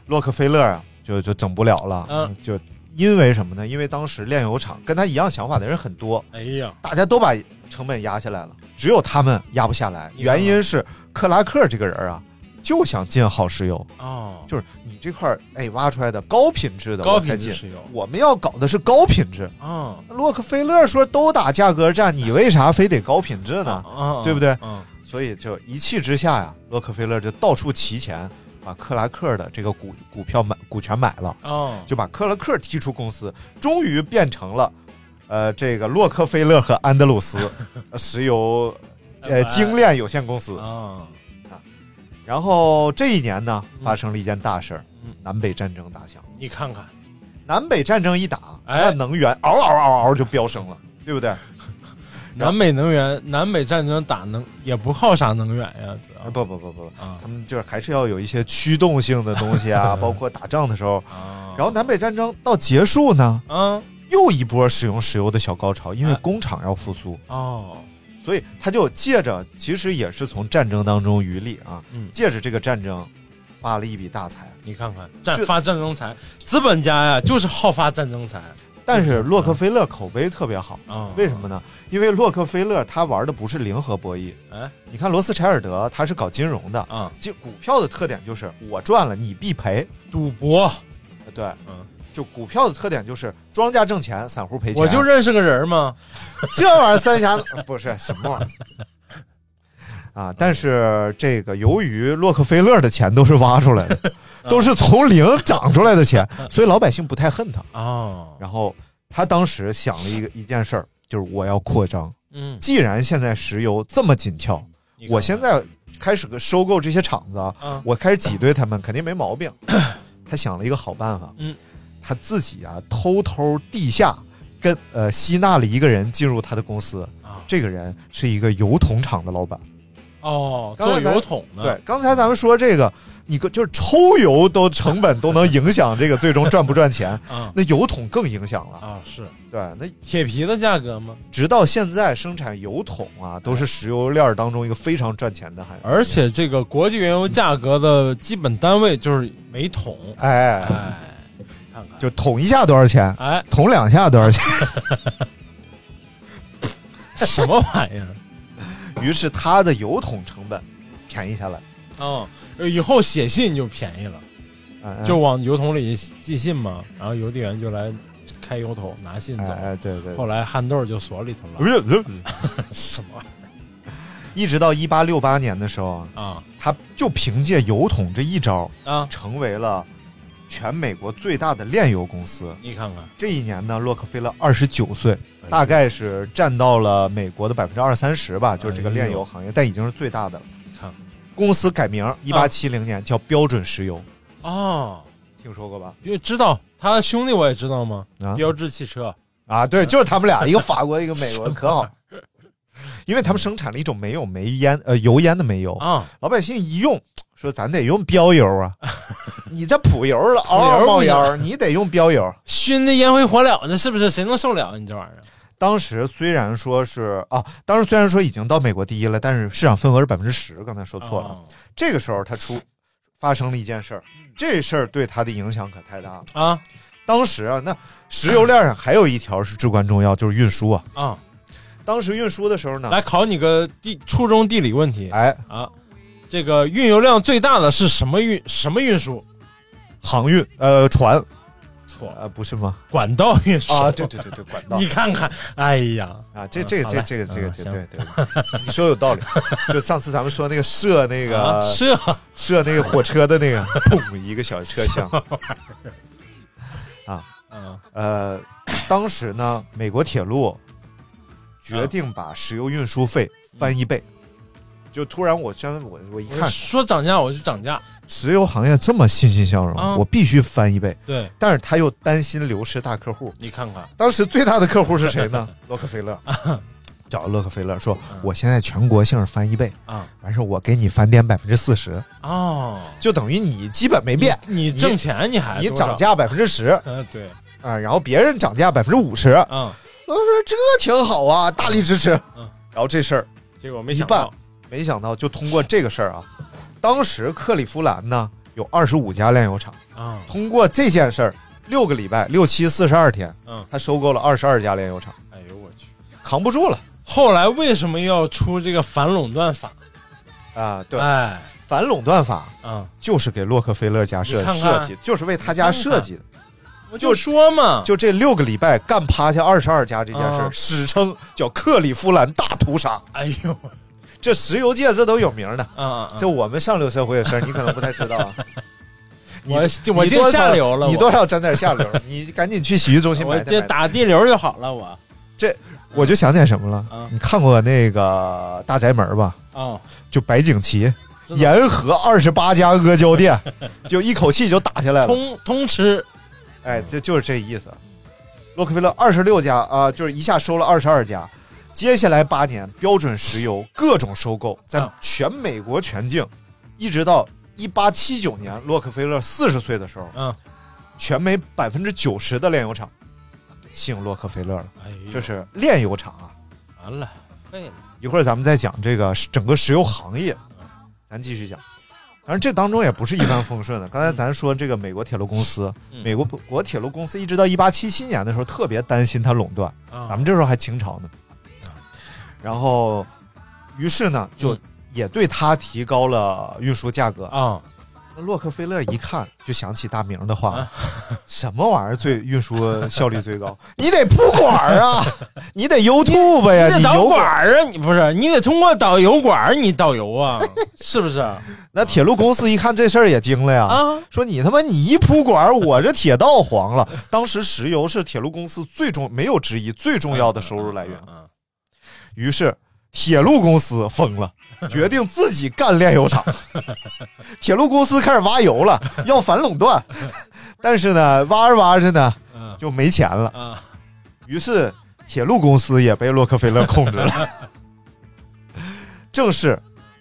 Speaker 9: 洛克菲勒啊就就整不了了，
Speaker 10: 嗯
Speaker 9: 就因为什么呢？因为当时炼油厂跟他一样想法的人很多，
Speaker 10: 哎呀，
Speaker 9: 大家都把成本压下来了，只有他们压不下来。
Speaker 10: 你看看
Speaker 9: 原因是克拉克这个人啊，就想进好石油，
Speaker 10: 哦，
Speaker 9: 就是你这块儿哎挖出来的高品质的
Speaker 10: 高
Speaker 9: 我才
Speaker 10: 品质
Speaker 9: 进，
Speaker 10: 石油，
Speaker 9: 我们要搞的是高品质。
Speaker 10: 嗯
Speaker 9: 洛克菲勒说都打价格战，你为啥非得高品质呢？
Speaker 10: 啊，
Speaker 9: 对不对
Speaker 10: 嗯，
Speaker 9: 所以就一气之下呀，洛克菲勒就到处提钱，把克拉克的这个股股票买股权买了，
Speaker 10: 哦，
Speaker 9: 就把克拉克踢出公司，终于变成了，呃，这个洛克菲勒和安德鲁斯
Speaker 10: <laughs>
Speaker 9: 呃石油呃精炼有限公司。
Speaker 10: 啊，
Speaker 9: 然后这一年呢，发生了一件大事儿
Speaker 10: 嗯，
Speaker 9: 南北战争打响。
Speaker 10: 你看看，
Speaker 9: 南北战争一打，
Speaker 10: 哎嗯
Speaker 9: 那能源嗷嗷嗷嗷就飙升了，对不哎对？然后
Speaker 10: 南北能源，南北战争打能也不靠啥能源呀，主
Speaker 9: 哎
Speaker 10: 要
Speaker 9: 不不不不，
Speaker 10: 啊
Speaker 9: 他们就是还是要有一些驱动性的东
Speaker 10: <laughs>
Speaker 9: 西啊，包括打仗的时候。
Speaker 10: 啊，
Speaker 9: 然后南北战争到结束呢，
Speaker 10: 嗯
Speaker 9: 又一波使用石油的小高潮，因为
Speaker 10: 哎
Speaker 9: 工厂要复苏。
Speaker 10: 哦，
Speaker 9: 所以他就借着，其实也是从战争当中渔利啊，
Speaker 10: 嗯
Speaker 9: 借着这个战争发了一笔大财。
Speaker 10: 你看看，战
Speaker 9: 这
Speaker 10: 发战争财，资本家呀就是好发战争财
Speaker 9: 但是洛克菲勒口碑特别好，
Speaker 10: 啊。
Speaker 9: 为什？么呢？因为洛克菲勒他玩的不是零和博弈，
Speaker 10: 哎
Speaker 9: 你看罗斯柴尔德他是搞金融的，
Speaker 10: 啊，
Speaker 9: 就股票的特点就是我赚了你必赔，
Speaker 10: 赌博，
Speaker 9: 对，
Speaker 10: 嗯
Speaker 9: 就股票的特点就是庄家挣钱，散户赔钱。
Speaker 10: 我就认识个人嘛。
Speaker 9: 这玩意儿三峡 <laughs> 不是什么玩意儿啊！但是这个由于洛克菲勒的钱都是挖出来的，都是从零长出来的钱，所以老百姓不太恨他。
Speaker 10: 哦，
Speaker 9: 然后他当时想了一个一件事儿，就是我要扩张。
Speaker 10: 嗯，
Speaker 9: 既然现在石油这么紧俏，
Speaker 10: 你看看
Speaker 9: 我现在开始收购这些厂子啊，
Speaker 10: 啊，
Speaker 9: 我开始挤兑他们，肯定
Speaker 10: <coughs>
Speaker 9: 没毛病。他想了一个好办法，
Speaker 10: 嗯，
Speaker 9: 他自己啊偷偷地下跟呃吸纳了一个人进入他的公司
Speaker 10: 啊，
Speaker 9: 这个人是一个油桶厂的老板。
Speaker 10: 哦，
Speaker 9: 刚才
Speaker 10: 做
Speaker 9: 咱
Speaker 10: 油桶的，
Speaker 9: 对，刚才咱们说这个，你个就是抽油都成本都能影响这个最终赚不
Speaker 10: <laughs>
Speaker 9: 赚钱，
Speaker 10: 啊
Speaker 9: 那油桶更影响了。
Speaker 10: 啊是
Speaker 9: 对，那
Speaker 10: 铁皮的价格吗？
Speaker 9: 直到现在生产油桶啊，都是石油链儿当中一个非常赚钱的行业。
Speaker 10: 而且这个国际原油价格的基本单位就是每桶，
Speaker 9: 哎，
Speaker 10: 哎，看看，
Speaker 9: 就捅一下多少钱？
Speaker 10: 哎，
Speaker 9: 捅两下多少钱？
Speaker 10: 什么玩意
Speaker 9: <laughs>
Speaker 10: 儿？
Speaker 9: 于是它的油桶成本便宜下来。
Speaker 10: 哦，以后写信就便宜了，
Speaker 9: 嗯
Speaker 10: 就往油桶里寄信嘛，然后邮递员就来开油桶拿信
Speaker 9: 哎
Speaker 10: 走。
Speaker 9: 哎，对对，
Speaker 10: 后来憨豆就锁里头了，
Speaker 9: 是不是，
Speaker 10: 什么玩意儿？
Speaker 9: 一直到一八六八年的时候
Speaker 10: 啊，
Speaker 9: 他就凭借油桶这一招
Speaker 10: 啊，
Speaker 9: 成为了全美国最大的炼油公司。
Speaker 10: 你看看，
Speaker 9: 这一年呢，洛克菲勒二十九岁，
Speaker 10: 哎
Speaker 9: 大概是占到了美国的百分之二三十吧，就是这个炼油行业，但已经是最大的了。
Speaker 10: 哎你看
Speaker 9: 公司改名，一八七零年叫标准石油，
Speaker 10: 哦，
Speaker 9: 听说过吧？
Speaker 10: 因为知道他兄弟我也知道嘛，
Speaker 9: 啊
Speaker 10: 标志汽车
Speaker 9: 啊，
Speaker 10: 嗯
Speaker 9: 对，就是他们俩，一个法国，一个美国，可好。因为他们生产了一种没有煤烟呃油烟的煤油，
Speaker 10: 啊，
Speaker 9: 老百姓一用，说咱得用标油
Speaker 10: <laughs>
Speaker 9: 啊，你这普油了，嗷
Speaker 10: 普油
Speaker 9: 嗷
Speaker 10: 不
Speaker 9: 冒
Speaker 10: 行
Speaker 9: 烟，你得用标油。
Speaker 10: 熏的烟灰火燎的，是不是？谁能受了你这玩意儿？
Speaker 9: 当时虽然说是啊，当时虽然说已经到美国第一了，但是市场份额是百分之十，刚才说错啊了。
Speaker 10: 哦
Speaker 9: 这个时候他出发生了一件事儿，
Speaker 10: 嗯
Speaker 9: 这事儿对他的影响可太大了。
Speaker 10: 啊
Speaker 9: 当时啊，那石油链上还有一条是至关重要，就是运输啊。
Speaker 10: 啊啊！
Speaker 9: 当时运输的时候呢，
Speaker 10: 来考你个地初中地理问题
Speaker 9: 啊哎，
Speaker 10: 啊，这个运油量最大的是什么运什么运输？
Speaker 9: 航运呃船
Speaker 10: 错了，
Speaker 9: 呃不是吗？
Speaker 10: 管道运输
Speaker 9: 啊，对对对对，管
Speaker 10: <laughs>
Speaker 9: 道
Speaker 10: 你看看，哎呀，
Speaker 9: 啊，这这个
Speaker 10: 好
Speaker 9: 这
Speaker 10: 嘞
Speaker 9: 这个这个这个
Speaker 10: 嗯
Speaker 9: 对对， <laughs> 你说有道理。就上次咱们说那个射那
Speaker 10: 啊
Speaker 9: 个
Speaker 10: 是
Speaker 9: 射那个火车的那个，砰一个小车厢。
Speaker 10: 啊，
Speaker 9: 呃，当时呢，美国铁路决定把石油运输费翻一倍。就突然我先我嗯我一
Speaker 10: 我
Speaker 9: 看，
Speaker 10: 说涨价我就涨价，
Speaker 9: 石油行业这么欣欣向荣，
Speaker 10: 啊
Speaker 9: 我必须翻一倍。
Speaker 10: 对
Speaker 9: 但是他又担心流失大客户。
Speaker 10: 你看看，
Speaker 9: 当时最大的客户是谁
Speaker 10: <laughs>
Speaker 9: 呢？洛克菲勒。
Speaker 10: 啊
Speaker 9: 找洛克菲勒说：“
Speaker 10: 嗯
Speaker 9: 我现在全国性翻一倍
Speaker 10: 啊，
Speaker 9: 完事儿我给你返点百分之四十，
Speaker 10: 哦，
Speaker 9: 就等于你基本没变，
Speaker 10: 你挣钱你还
Speaker 9: 你
Speaker 10: 多少
Speaker 9: 涨，价百分之十
Speaker 10: 嗯对，
Speaker 9: 啊，然后别人涨价百分之五十，
Speaker 10: 嗯，
Speaker 9: 我说这挺好啊，大力支持。
Speaker 10: 嗯
Speaker 9: 然后这事儿
Speaker 10: 结果没
Speaker 9: 一
Speaker 10: 想
Speaker 9: 办
Speaker 10: 到，，
Speaker 9: 没想到就通过这个事儿啊，当时克利夫兰呢有二十五家炼油厂，
Speaker 10: 啊
Speaker 9: 通过这件事儿，六个礼拜，六七四十二天，
Speaker 10: 嗯，
Speaker 9: 他收购了二十二家炼油厂，
Speaker 10: 哎呦我去，
Speaker 9: 扛不住了
Speaker 10: 后来为什么要出这个反垄断法？
Speaker 9: 啊！对，
Speaker 10: 哎，
Speaker 9: 反垄断法
Speaker 10: 嗯，
Speaker 9: 就是给洛克菲勒家设
Speaker 10: 你看看
Speaker 9: 设计，就是为他家设计的。
Speaker 10: 我就说嘛，
Speaker 9: 就这六个礼拜干趴下二十二家这件事儿，
Speaker 10: 啊
Speaker 9: 史称叫克利夫兰大屠杀。
Speaker 10: 哎呦，
Speaker 9: 这石油界这都有名儿的。
Speaker 10: 啊啊，
Speaker 9: 就我们上流社会的事儿，你可能不太知
Speaker 10: <laughs>
Speaker 9: 道啊。你
Speaker 10: 我
Speaker 9: 你
Speaker 10: 我进
Speaker 9: 多少
Speaker 10: 下流了，
Speaker 9: 你
Speaker 10: 我
Speaker 9: 多少沾点下流，
Speaker 10: <laughs>
Speaker 9: 你赶紧去洗浴中心
Speaker 10: 我
Speaker 9: 买
Speaker 10: 这
Speaker 9: 点。
Speaker 10: 打地流就好了，我
Speaker 9: 我就想起来什么了
Speaker 10: 啊，
Speaker 9: 你看过那个《大宅门》吧？
Speaker 10: 啊，
Speaker 9: 就白景琦
Speaker 10: 知道
Speaker 9: 沿河二十八家阿胶店，就一口气就打下来了。
Speaker 10: 通通吃，
Speaker 9: 哎，这就是这意思。洛克菲勒二十六家啊、就是一下收了二十二家。接下来八年，标准石油各种收购，在
Speaker 10: 啊
Speaker 9: 全美国全境，一直到一八七九年，洛克菲勒四十岁的时候，
Speaker 10: 嗯，
Speaker 9: 全美百分之九十的炼油厂姓洛克菲勒了，
Speaker 10: 哎呦，
Speaker 9: 就是炼油厂啊。
Speaker 10: 哎完了，废了，
Speaker 9: 一会儿咱们再讲这个整个石油行业，
Speaker 10: 嗯
Speaker 9: 咱继续讲。当然，这当中也不是一帆风顺的。刚才咱说这个美国铁路公司，
Speaker 10: 嗯
Speaker 9: 美国国铁路公司一直到一八七七年的时候，特别担心它垄断。咱
Speaker 10: 啊
Speaker 9: 们这时候还清朝呢，然后，于是呢，就
Speaker 10: 嗯
Speaker 9: 也对它提高了运输价格。
Speaker 10: 啊，
Speaker 9: 那洛克菲勒一看就想起大明的话
Speaker 10: 啊，
Speaker 9: 什么玩意儿最运输效率最高？你得铺管儿
Speaker 10: <laughs>
Speaker 9: 啊，你得 YouTube 呀，
Speaker 10: 你
Speaker 9: 你
Speaker 10: 得导
Speaker 9: 油
Speaker 10: 管儿啊，你不是，你得通过导油管儿你导油
Speaker 9: <laughs>
Speaker 10: 啊，是不是？
Speaker 9: 那铁路公司一看这事儿也惊了呀，
Speaker 10: 啊
Speaker 9: 说你他妈你一铺管儿，我这铁道黄了。当时石油是铁路公司最重没有之一最重要的收入来源，
Speaker 10: 嗯
Speaker 9: 于是铁路公司疯了，决定自己干炼油厂。 <laughs> 铁路公司开始挖油了，要反垄断，但是呢，挖着挖着呢
Speaker 10: 嗯
Speaker 9: 就没钱了，
Speaker 10: 嗯
Speaker 9: 于是铁路公司也被洛克菲勒控制
Speaker 10: <laughs>
Speaker 9: 了，正式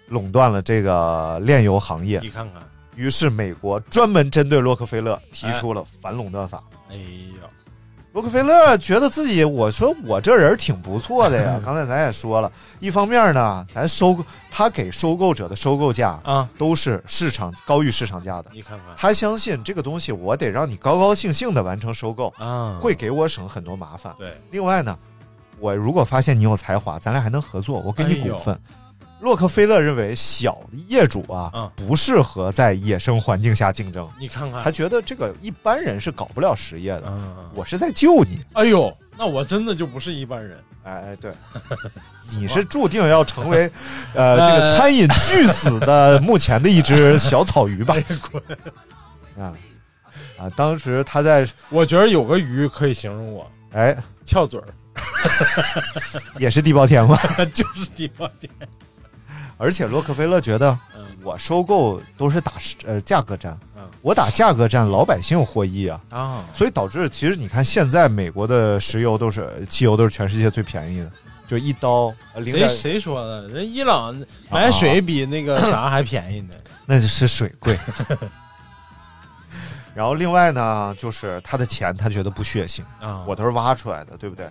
Speaker 9: 垄断了这个炼油行业
Speaker 10: 嗯，。你看看，
Speaker 9: 于是美国专门针对洛克菲勒提出了反垄断法。
Speaker 10: 哎呦，
Speaker 9: 洛克菲勒觉得自己，我说我这人挺不错
Speaker 10: <laughs>
Speaker 9: 的呀。刚才咱也说了，一方面呢，咱收购他给收购者的收购价
Speaker 10: 啊，
Speaker 9: 都是市场高于市场价的。
Speaker 10: 你看看
Speaker 9: 他相信这个东西，我得让你高高兴兴的完成收购，
Speaker 10: 啊，
Speaker 9: 会给我省很多麻烦。
Speaker 10: 对，
Speaker 9: 另外呢，我如果发现你有才华，咱俩还能合作，我给你
Speaker 10: 哎呦
Speaker 9: 股份。洛克菲勒认为小业主啊、
Speaker 10: 嗯
Speaker 9: 不适合在野生环境下竞争，
Speaker 10: 你看看
Speaker 9: 他，觉得这个一般人是搞不了实业的。
Speaker 10: 哎嗯，
Speaker 9: 我是在救你，
Speaker 10: 哎呦，那我真的就不是一般人
Speaker 9: 哎哎，
Speaker 10: <laughs>
Speaker 9: 对，你是注定要成为，
Speaker 10: <laughs>
Speaker 9: 呃，这个餐饮巨子的目前的一只小草鱼
Speaker 10: <laughs>
Speaker 9: 吧？
Speaker 10: 哎
Speaker 9: 啊啊！当时他在，
Speaker 10: 我觉得有个鱼可以形容我，
Speaker 9: 哎，
Speaker 10: 翘嘴儿，
Speaker 9: 也是地包天吗？ <laughs>
Speaker 10: 就是地包天。
Speaker 9: 而且洛克菲勒觉得，我收购都是打市呃价格战
Speaker 10: 嗯，
Speaker 9: 我打价格战，老百姓获益啊，
Speaker 10: 啊，
Speaker 9: 所以导致其实你看现在美国的石油都是呃汽油都是全世界最便宜的，就一刀呃零
Speaker 10: 谁
Speaker 9: 点，
Speaker 10: 谁说的？人伊朗买水比那个啥还便宜呢。
Speaker 9: 那就是水贵。 <laughs> 然后另外呢，就是他的钱他觉得不血腥
Speaker 10: 啊
Speaker 9: 我都是挖出来的，对不对？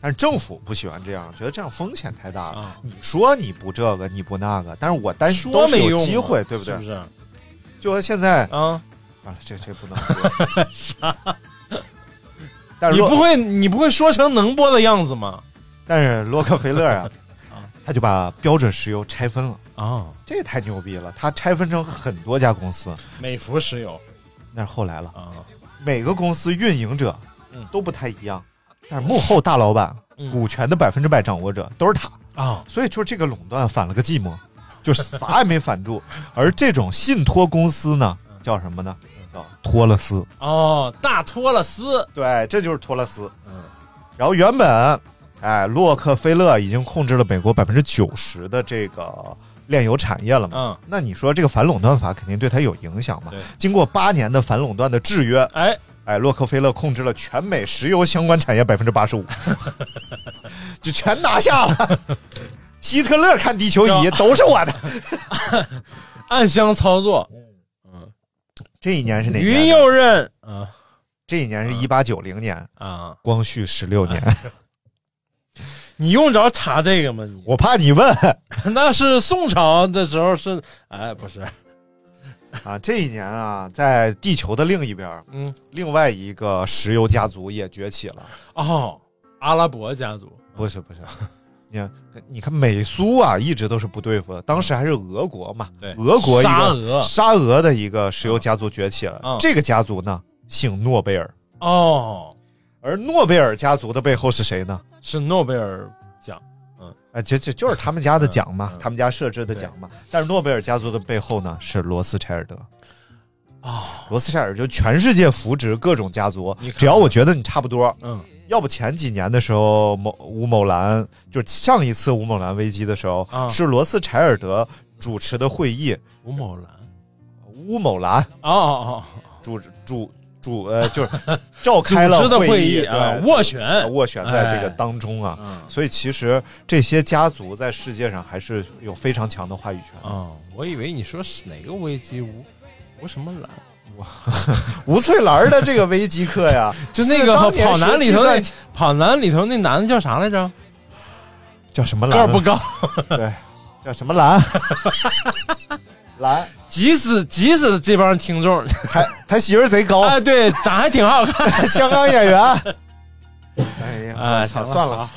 Speaker 9: 但是政府不喜欢这样，觉得这样风险太大了。
Speaker 10: 啊
Speaker 9: 你说你不这个，你不那个，但是我担
Speaker 10: 说
Speaker 9: 心都是
Speaker 10: 没用
Speaker 9: 有
Speaker 10: 啊，
Speaker 9: 机会，对不对？啊
Speaker 10: 是不是？
Speaker 9: 就和现在
Speaker 10: 啊，
Speaker 9: 啊，这这不能播。
Speaker 10: <laughs>
Speaker 9: 但
Speaker 10: 你
Speaker 9: 是洛
Speaker 10: 不会你不会说成能播的样子吗？
Speaker 9: 但是洛克菲勒
Speaker 10: <laughs>
Speaker 9: 啊，他就把标准石油拆分了，
Speaker 10: 啊，
Speaker 9: 这太牛逼了！他拆分成很多家公司，
Speaker 10: 美孚石油
Speaker 9: 那是后来了。
Speaker 10: 啊，
Speaker 9: 每个公司运营者
Speaker 10: 嗯
Speaker 9: 都不太一样，但是幕后大老板、
Speaker 10: 嗯
Speaker 9: 股权的百分之百掌握者都是他，
Speaker 10: 啊，
Speaker 9: 所以就是这个垄断反了个 <laughs> 寂寞，就是啥也没反住。而这种信托公司呢，叫什么呢？叫托勒斯。
Speaker 10: 哦，大托勒斯，
Speaker 9: 对，这就是托勒斯。
Speaker 10: 嗯，
Speaker 9: 然后原本，哎，洛克菲勒已经控制了美国百分之九十的这个炼油产业了嘛？
Speaker 10: 嗯，
Speaker 9: 那你说这个反垄断法肯定对他有影响嘛
Speaker 10: 对？
Speaker 9: 经过八年的反垄断的制约，
Speaker 10: 哎，
Speaker 9: 哎，洛克菲勒控制了全美石油相关产业百分之八十五，就全拿下了。希特勒看地球仪
Speaker 10: 叫
Speaker 9: 都是我的。
Speaker 10: 暗箱操作，
Speaker 9: 这一年是哪
Speaker 10: 云
Speaker 9: 年呢？
Speaker 10: 右任，啊
Speaker 9: 这一年是一八九零年，
Speaker 10: 啊，
Speaker 9: 光绪十六年。
Speaker 10: 你用着查这个吗？你 <laughs>
Speaker 9: 我怕你问
Speaker 10: 那是宋朝的时候是，哎，不是，
Speaker 9: 啊，这一年啊，在地球的另一边儿，
Speaker 10: 嗯，
Speaker 9: 另外一个石油家族也崛起了。
Speaker 10: 哦，阿拉伯家族，
Speaker 9: 不是不是，你看你看美苏啊，一直都是不对付的。当时还是俄国嘛，
Speaker 10: 对
Speaker 9: 俄国一个
Speaker 10: 沙俄
Speaker 9: 沙俄的一个石油家族崛起了。
Speaker 10: 嗯
Speaker 9: 这个家族呢，姓诺贝尔，
Speaker 10: 哦，
Speaker 9: 而诺贝尔家族的背后是谁呢？
Speaker 10: 是诺贝尔奖，
Speaker 9: 啊，就就就是他们家的奖嘛，
Speaker 10: 嗯嗯
Speaker 9: 他们家设置的奖嘛。但是诺贝尔家族的背后呢，是罗斯柴尔德。啊，罗斯柴尔德就全世界扶植各种家族
Speaker 10: 哦你，看
Speaker 9: 只要我觉得你差不多，
Speaker 10: 嗯，
Speaker 9: 要不前几年的时候，某吴某兰就是上一次吴某兰危机的时候，
Speaker 10: 啊
Speaker 9: 是罗斯柴尔德主持的会议，
Speaker 10: 吴某兰，
Speaker 9: 吴某兰
Speaker 10: 哦哦
Speaker 9: 主主主呃就是 <laughs> 召
Speaker 10: 哦，组
Speaker 9: 开了
Speaker 10: 织的
Speaker 9: 会
Speaker 10: 议
Speaker 9: 对
Speaker 10: 啊，斡旋，
Speaker 9: 斡旋在这个
Speaker 10: 哎
Speaker 9: 当中啊，
Speaker 10: 嗯
Speaker 9: 所以其实这些家族在世界上还是有非常强的话 <laughs> 语权。
Speaker 10: 哦，我以为你说是哪个危机吴吴什么兰，
Speaker 9: 吴翠兰的这个危机课 <laughs> 呀，
Speaker 10: 就那个
Speaker 9: 是
Speaker 10: 跑跑
Speaker 9: 当年
Speaker 10: 男
Speaker 9: 学
Speaker 10: 里
Speaker 9: 计
Speaker 10: 头那
Speaker 9: 算机
Speaker 10: 跑男里头那男的叫啥来着？
Speaker 9: 叫什么
Speaker 10: 个儿
Speaker 9: 兰？
Speaker 10: 不高，
Speaker 9: <laughs> 对，叫什么 <laughs> 兰？兰，
Speaker 10: 急死急死这帮听众，
Speaker 9: 他他媳妇儿贼高，
Speaker 10: 哎，对，长还挺好看，
Speaker 9: 香港演员。哎呀，
Speaker 10: 哎
Speaker 9: 我
Speaker 10: 行
Speaker 9: 操，
Speaker 10: 了
Speaker 9: 算了 <laughs> 啊。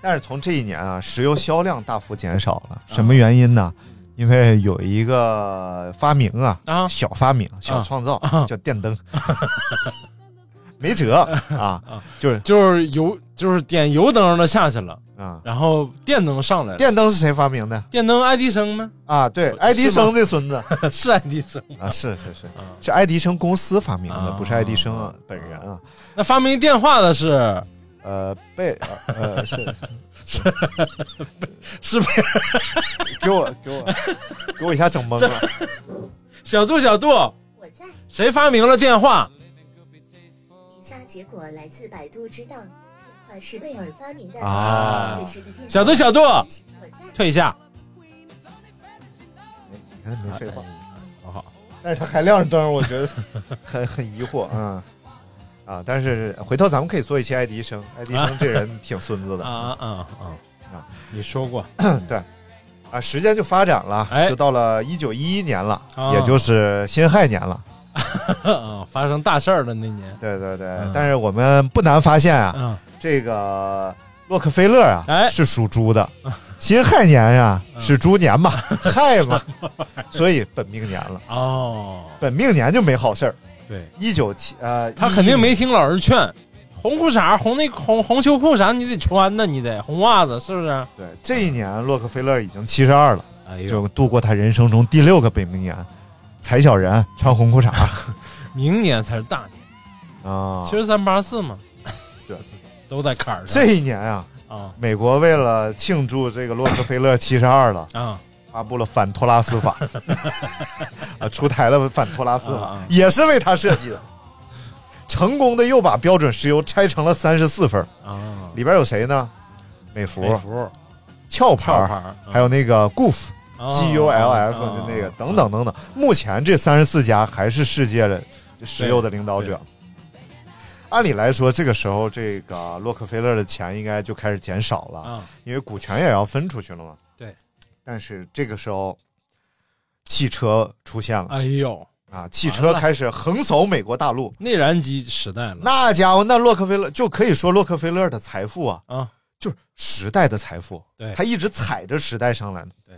Speaker 9: 但是从这一年啊，石油销量大幅减少了，什么原因呢？因为有一个发明 <laughs> 啊，
Speaker 10: 啊
Speaker 9: 小发明、小创造、叫电灯， <laughs> 没辙啊，就是
Speaker 10: 就是油就是点油灯的下去了，
Speaker 9: 啊，
Speaker 10: 然后电灯上来了，
Speaker 9: 电灯是谁发明的
Speaker 10: 电灯爱迪生吗？ <laughs>
Speaker 9: 啊？对，爱迪生这孙子
Speaker 10: 是爱迪生。
Speaker 9: 啊，是是是，是爱迪生公司发明的，
Speaker 10: 啊
Speaker 9: 不是爱迪生啊本人啊。
Speaker 10: 那发明电话的是
Speaker 9: 呃，贝呃是 <laughs>
Speaker 10: 是不是
Speaker 9: 给我给我给我一下整懵了。
Speaker 10: 小度小度？
Speaker 11: 我在。
Speaker 10: 谁发明了电话？
Speaker 11: 以下结果来自百度知道，电话是贝尔发明的。
Speaker 9: 啊
Speaker 11: 此时的电话
Speaker 10: 小度小度
Speaker 11: 我在。
Speaker 10: 退一下。
Speaker 9: 哎没废话，
Speaker 10: 好好，
Speaker 9: 但是他还亮着灯，我觉得很很疑惑，嗯。啊，但是回头咱们可以做一期爱迪生，爱迪生这人挺孙子的
Speaker 10: 啊
Speaker 9: 啊
Speaker 10: 啊啊啊
Speaker 9: 啊！
Speaker 10: 你说过 <laughs>
Speaker 9: 时间就发展了，
Speaker 10: 哎
Speaker 9: 就到了一九一一年了，
Speaker 10: 啊
Speaker 9: 也就是辛亥年了。
Speaker 10: 啊，发生大事儿了那年。
Speaker 9: 对对对，
Speaker 10: 嗯
Speaker 9: 但是我们不难发现啊，
Speaker 10: 嗯，
Speaker 9: 这个洛克菲勒啊、
Speaker 10: 哎嗯
Speaker 9: 是属猪的， <laughs> 辛亥年啊、是猪年
Speaker 10: <laughs>
Speaker 9: 嘛，亥嘛，所以本命年了，
Speaker 10: 哦，
Speaker 9: 本命年就没好事儿。
Speaker 10: 对
Speaker 9: 一九七呃，
Speaker 10: 他肯定
Speaker 9: 11
Speaker 10: 没听老人劝，红裤衩、红内红红秋裤啥你得穿呢，你得红袜子是不是？
Speaker 9: 对，这一年洛克菲勒已经七十二了，
Speaker 10: 哎
Speaker 9: 就度过他人生中第六个北冥年，踩小人，穿红
Speaker 10: <laughs>
Speaker 9: 裤衩
Speaker 10: 明年才是大年，
Speaker 9: 啊。
Speaker 10: 七十三八四嘛，
Speaker 9: 对，
Speaker 10: <laughs> 都在坎儿上。
Speaker 9: 这一年啊，
Speaker 10: 啊
Speaker 9: 美国为了庆祝这个洛克菲勒七十
Speaker 10: <laughs>
Speaker 9: 二了
Speaker 10: 啊，
Speaker 9: 发布了反托拉
Speaker 10: <laughs>
Speaker 9: 斯法，啊，出台了反托拉斯
Speaker 10: 啊
Speaker 9: 法
Speaker 10: 啊，
Speaker 9: 也是为他设计的，成功的又把标准石油拆成了三十四份儿，
Speaker 10: 啊，
Speaker 9: 里边有谁呢？美
Speaker 10: 美
Speaker 9: 孚、
Speaker 10: 服壳
Speaker 9: 壳牌
Speaker 10: 牌儿啊嗯
Speaker 9: 儿，啊还有那个 Goof
Speaker 10: 哦、
Speaker 9: G U L F
Speaker 10: 哦
Speaker 9: 跟那个等等等等。目前这三十四家还是世界的石油的领导者。按理来说，这个时候这个洛克菲勒的钱应该就开始减少了
Speaker 10: 啊，
Speaker 9: 因为股权也要分出去了嘛。
Speaker 10: 对，
Speaker 9: 但是这个时候，汽车出现了
Speaker 10: 哎呦，
Speaker 9: 啊，汽车开始横扫美国大陆。
Speaker 10: 内燃机时代了
Speaker 9: 那家伙，那洛克菲勒就可以说洛克菲勒的财富啊，
Speaker 10: 啊，
Speaker 9: 就是时代的财富，
Speaker 10: 对
Speaker 9: 他一直踩着时代上来的，
Speaker 10: 对，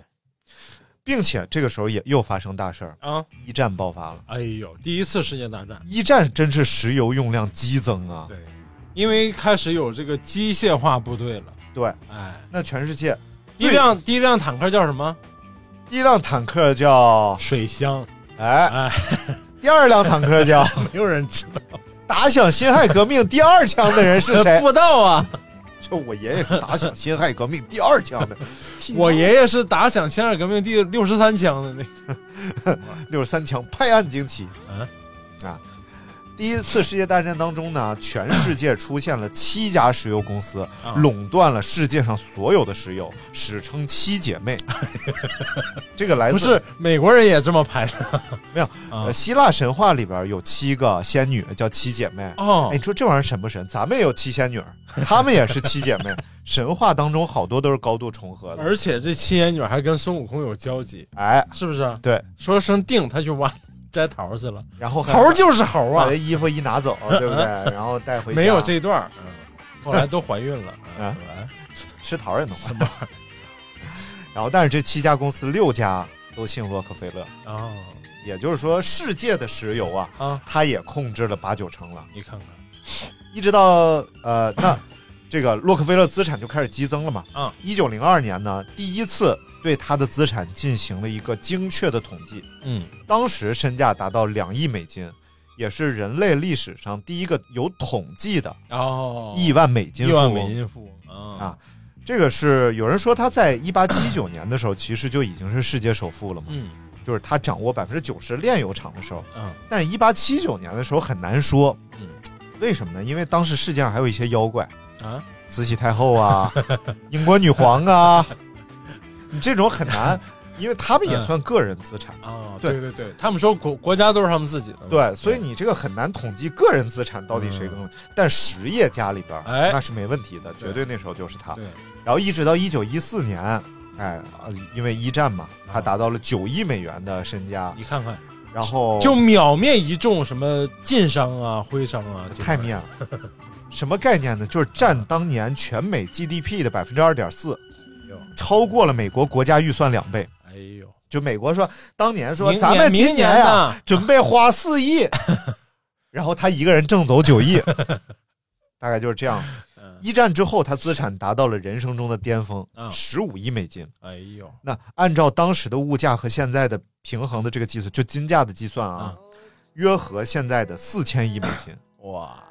Speaker 9: 并且这个时候也又发生大事儿，
Speaker 10: 啊，
Speaker 9: 一战爆发了。
Speaker 10: 哎呦，第一次世界大战，
Speaker 9: 一战真是石油用量激增啊，
Speaker 10: 对，因为开始有这个机械化部队了，
Speaker 9: 对，
Speaker 10: 哎，
Speaker 9: 那全世界
Speaker 10: 第一辆第一辆坦克叫什么？
Speaker 9: 第一辆坦克叫
Speaker 10: 水箱，<laughs>
Speaker 9: 哎，
Speaker 10: 哎，
Speaker 9: 第二辆坦克叫
Speaker 10: 没有人知道，
Speaker 9: 打响辛亥革命第二枪的人是
Speaker 10: <laughs>
Speaker 9: 谁
Speaker 10: 不？知道啊。
Speaker 9: 就我爷爷是打响辛亥革命第二
Speaker 10: <laughs>
Speaker 9: 枪的，
Speaker 10: 我爷爷是打响辛亥革命第六十三枪的那个
Speaker 9: 六十三枪拍案惊奇。
Speaker 10: 嗯
Speaker 9: 啊，第一次世界大战当中呢，全世界出现了七家石油公司，
Speaker 10: 啊
Speaker 9: 垄断了世界上所有的石油，史称“七
Speaker 10: <laughs>
Speaker 9: 姐妹” 。这个来自
Speaker 10: 不是美国人也这么拍的
Speaker 9: 没有、
Speaker 10: 啊
Speaker 9: 呃希腊神话里边有七个仙女叫七姐妹。
Speaker 10: <laughs> 哦
Speaker 9: 哎，你说这玩意儿神不神？咱们也有七仙女儿，她们也是
Speaker 10: <laughs>
Speaker 9: 七姐妹。神话当中好多都是高度重合的。
Speaker 10: 而且这七仙女还跟孙悟空有交集，
Speaker 9: 哎，
Speaker 10: 是不是？
Speaker 9: 对，
Speaker 10: 说声定，他去挖摘桃去了，
Speaker 9: 然后还
Speaker 10: 猴就是猴
Speaker 9: 把
Speaker 10: 啊
Speaker 9: 这，衣服一
Speaker 10: <laughs>
Speaker 9: 拿走，对不对？然后带回家
Speaker 10: 没有这段儿。嗯后来都怀孕了，
Speaker 9: <laughs> 啊
Speaker 10: 嗯
Speaker 9: 吃桃也能什么？ <laughs> 然后，但是这七家公司六家都姓洛克菲勒，
Speaker 10: 哦
Speaker 9: 也就是说，世界的石油啊，
Speaker 10: 啊，
Speaker 9: 他也控制了八九成了。
Speaker 10: 你看看，
Speaker 9: 一直到呃，
Speaker 10: <laughs>
Speaker 9: 那这个洛克菲勒资产就开始激增了嘛。
Speaker 10: 嗯，
Speaker 9: 一九零二年呢，第一次对他的资产进行了一个精确的统计，
Speaker 10: 嗯，
Speaker 9: 当时身价达到两亿美金，也是人类历史上第一个有统计的
Speaker 10: 哦，
Speaker 9: 亿万美金
Speaker 10: 亿
Speaker 9: 富
Speaker 10: 万
Speaker 9: 翁。
Speaker 10: 美金富翁啊
Speaker 9: 嗯啊，这个是有人说他在一八七九年的时候，其实就已经是世界首富了嘛，
Speaker 10: 嗯
Speaker 9: 就是他掌握百分之九十炼油厂的时候。
Speaker 10: 嗯
Speaker 9: 但是，一八七九年的时候很难说，
Speaker 10: 嗯
Speaker 9: 为什么呢？因为当时世界上还有一些妖怪，
Speaker 10: 啊，
Speaker 9: 慈禧太
Speaker 10: <laughs>
Speaker 9: 后啊，英国女皇啊，你这种很难，因为他们也算个人资产。
Speaker 10: 哦，
Speaker 9: 对
Speaker 10: 对对对，他们说国国家都是他们自己的嘛，
Speaker 9: 对，所以你这个很难统计个人资产到底谁更，但实业家里边儿
Speaker 10: 嗯哎
Speaker 9: 那是没问题的，
Speaker 10: 对
Speaker 9: 绝对那时候就是他。
Speaker 10: 对，
Speaker 9: 然后一直到一九一四年，哎，呃因为一战嘛，
Speaker 10: 啊
Speaker 9: 他达到了九亿美元的身家，
Speaker 10: 你看看，
Speaker 9: 然后
Speaker 10: 就秒灭一众什么晋商啊、徽商啊，这
Speaker 9: 太
Speaker 10: 块
Speaker 9: 面了，什么概念呢？就是占当年全美 GDP 的百分之二点四，
Speaker 10: 哟
Speaker 9: 超过了美国国家预算两倍。
Speaker 10: 哎呦，
Speaker 9: 就美国说，当年说
Speaker 10: 明
Speaker 9: 咱们今
Speaker 10: 明年
Speaker 9: 呀、
Speaker 10: 呢
Speaker 9: <laughs> 准备花四亿， <laughs> 然后他一个人挣走九亿， <laughs> 大概就是这样。一战之后，他资产达到了人生中的巅峰，
Speaker 10: 嗯
Speaker 9: 十五亿美金。
Speaker 10: 哎呦，
Speaker 9: 那按照当时的物价和现在的平衡的这个计算，就金价的计算啊，
Speaker 10: 嗯
Speaker 9: 约合现在的四千亿美金。
Speaker 10: 哇！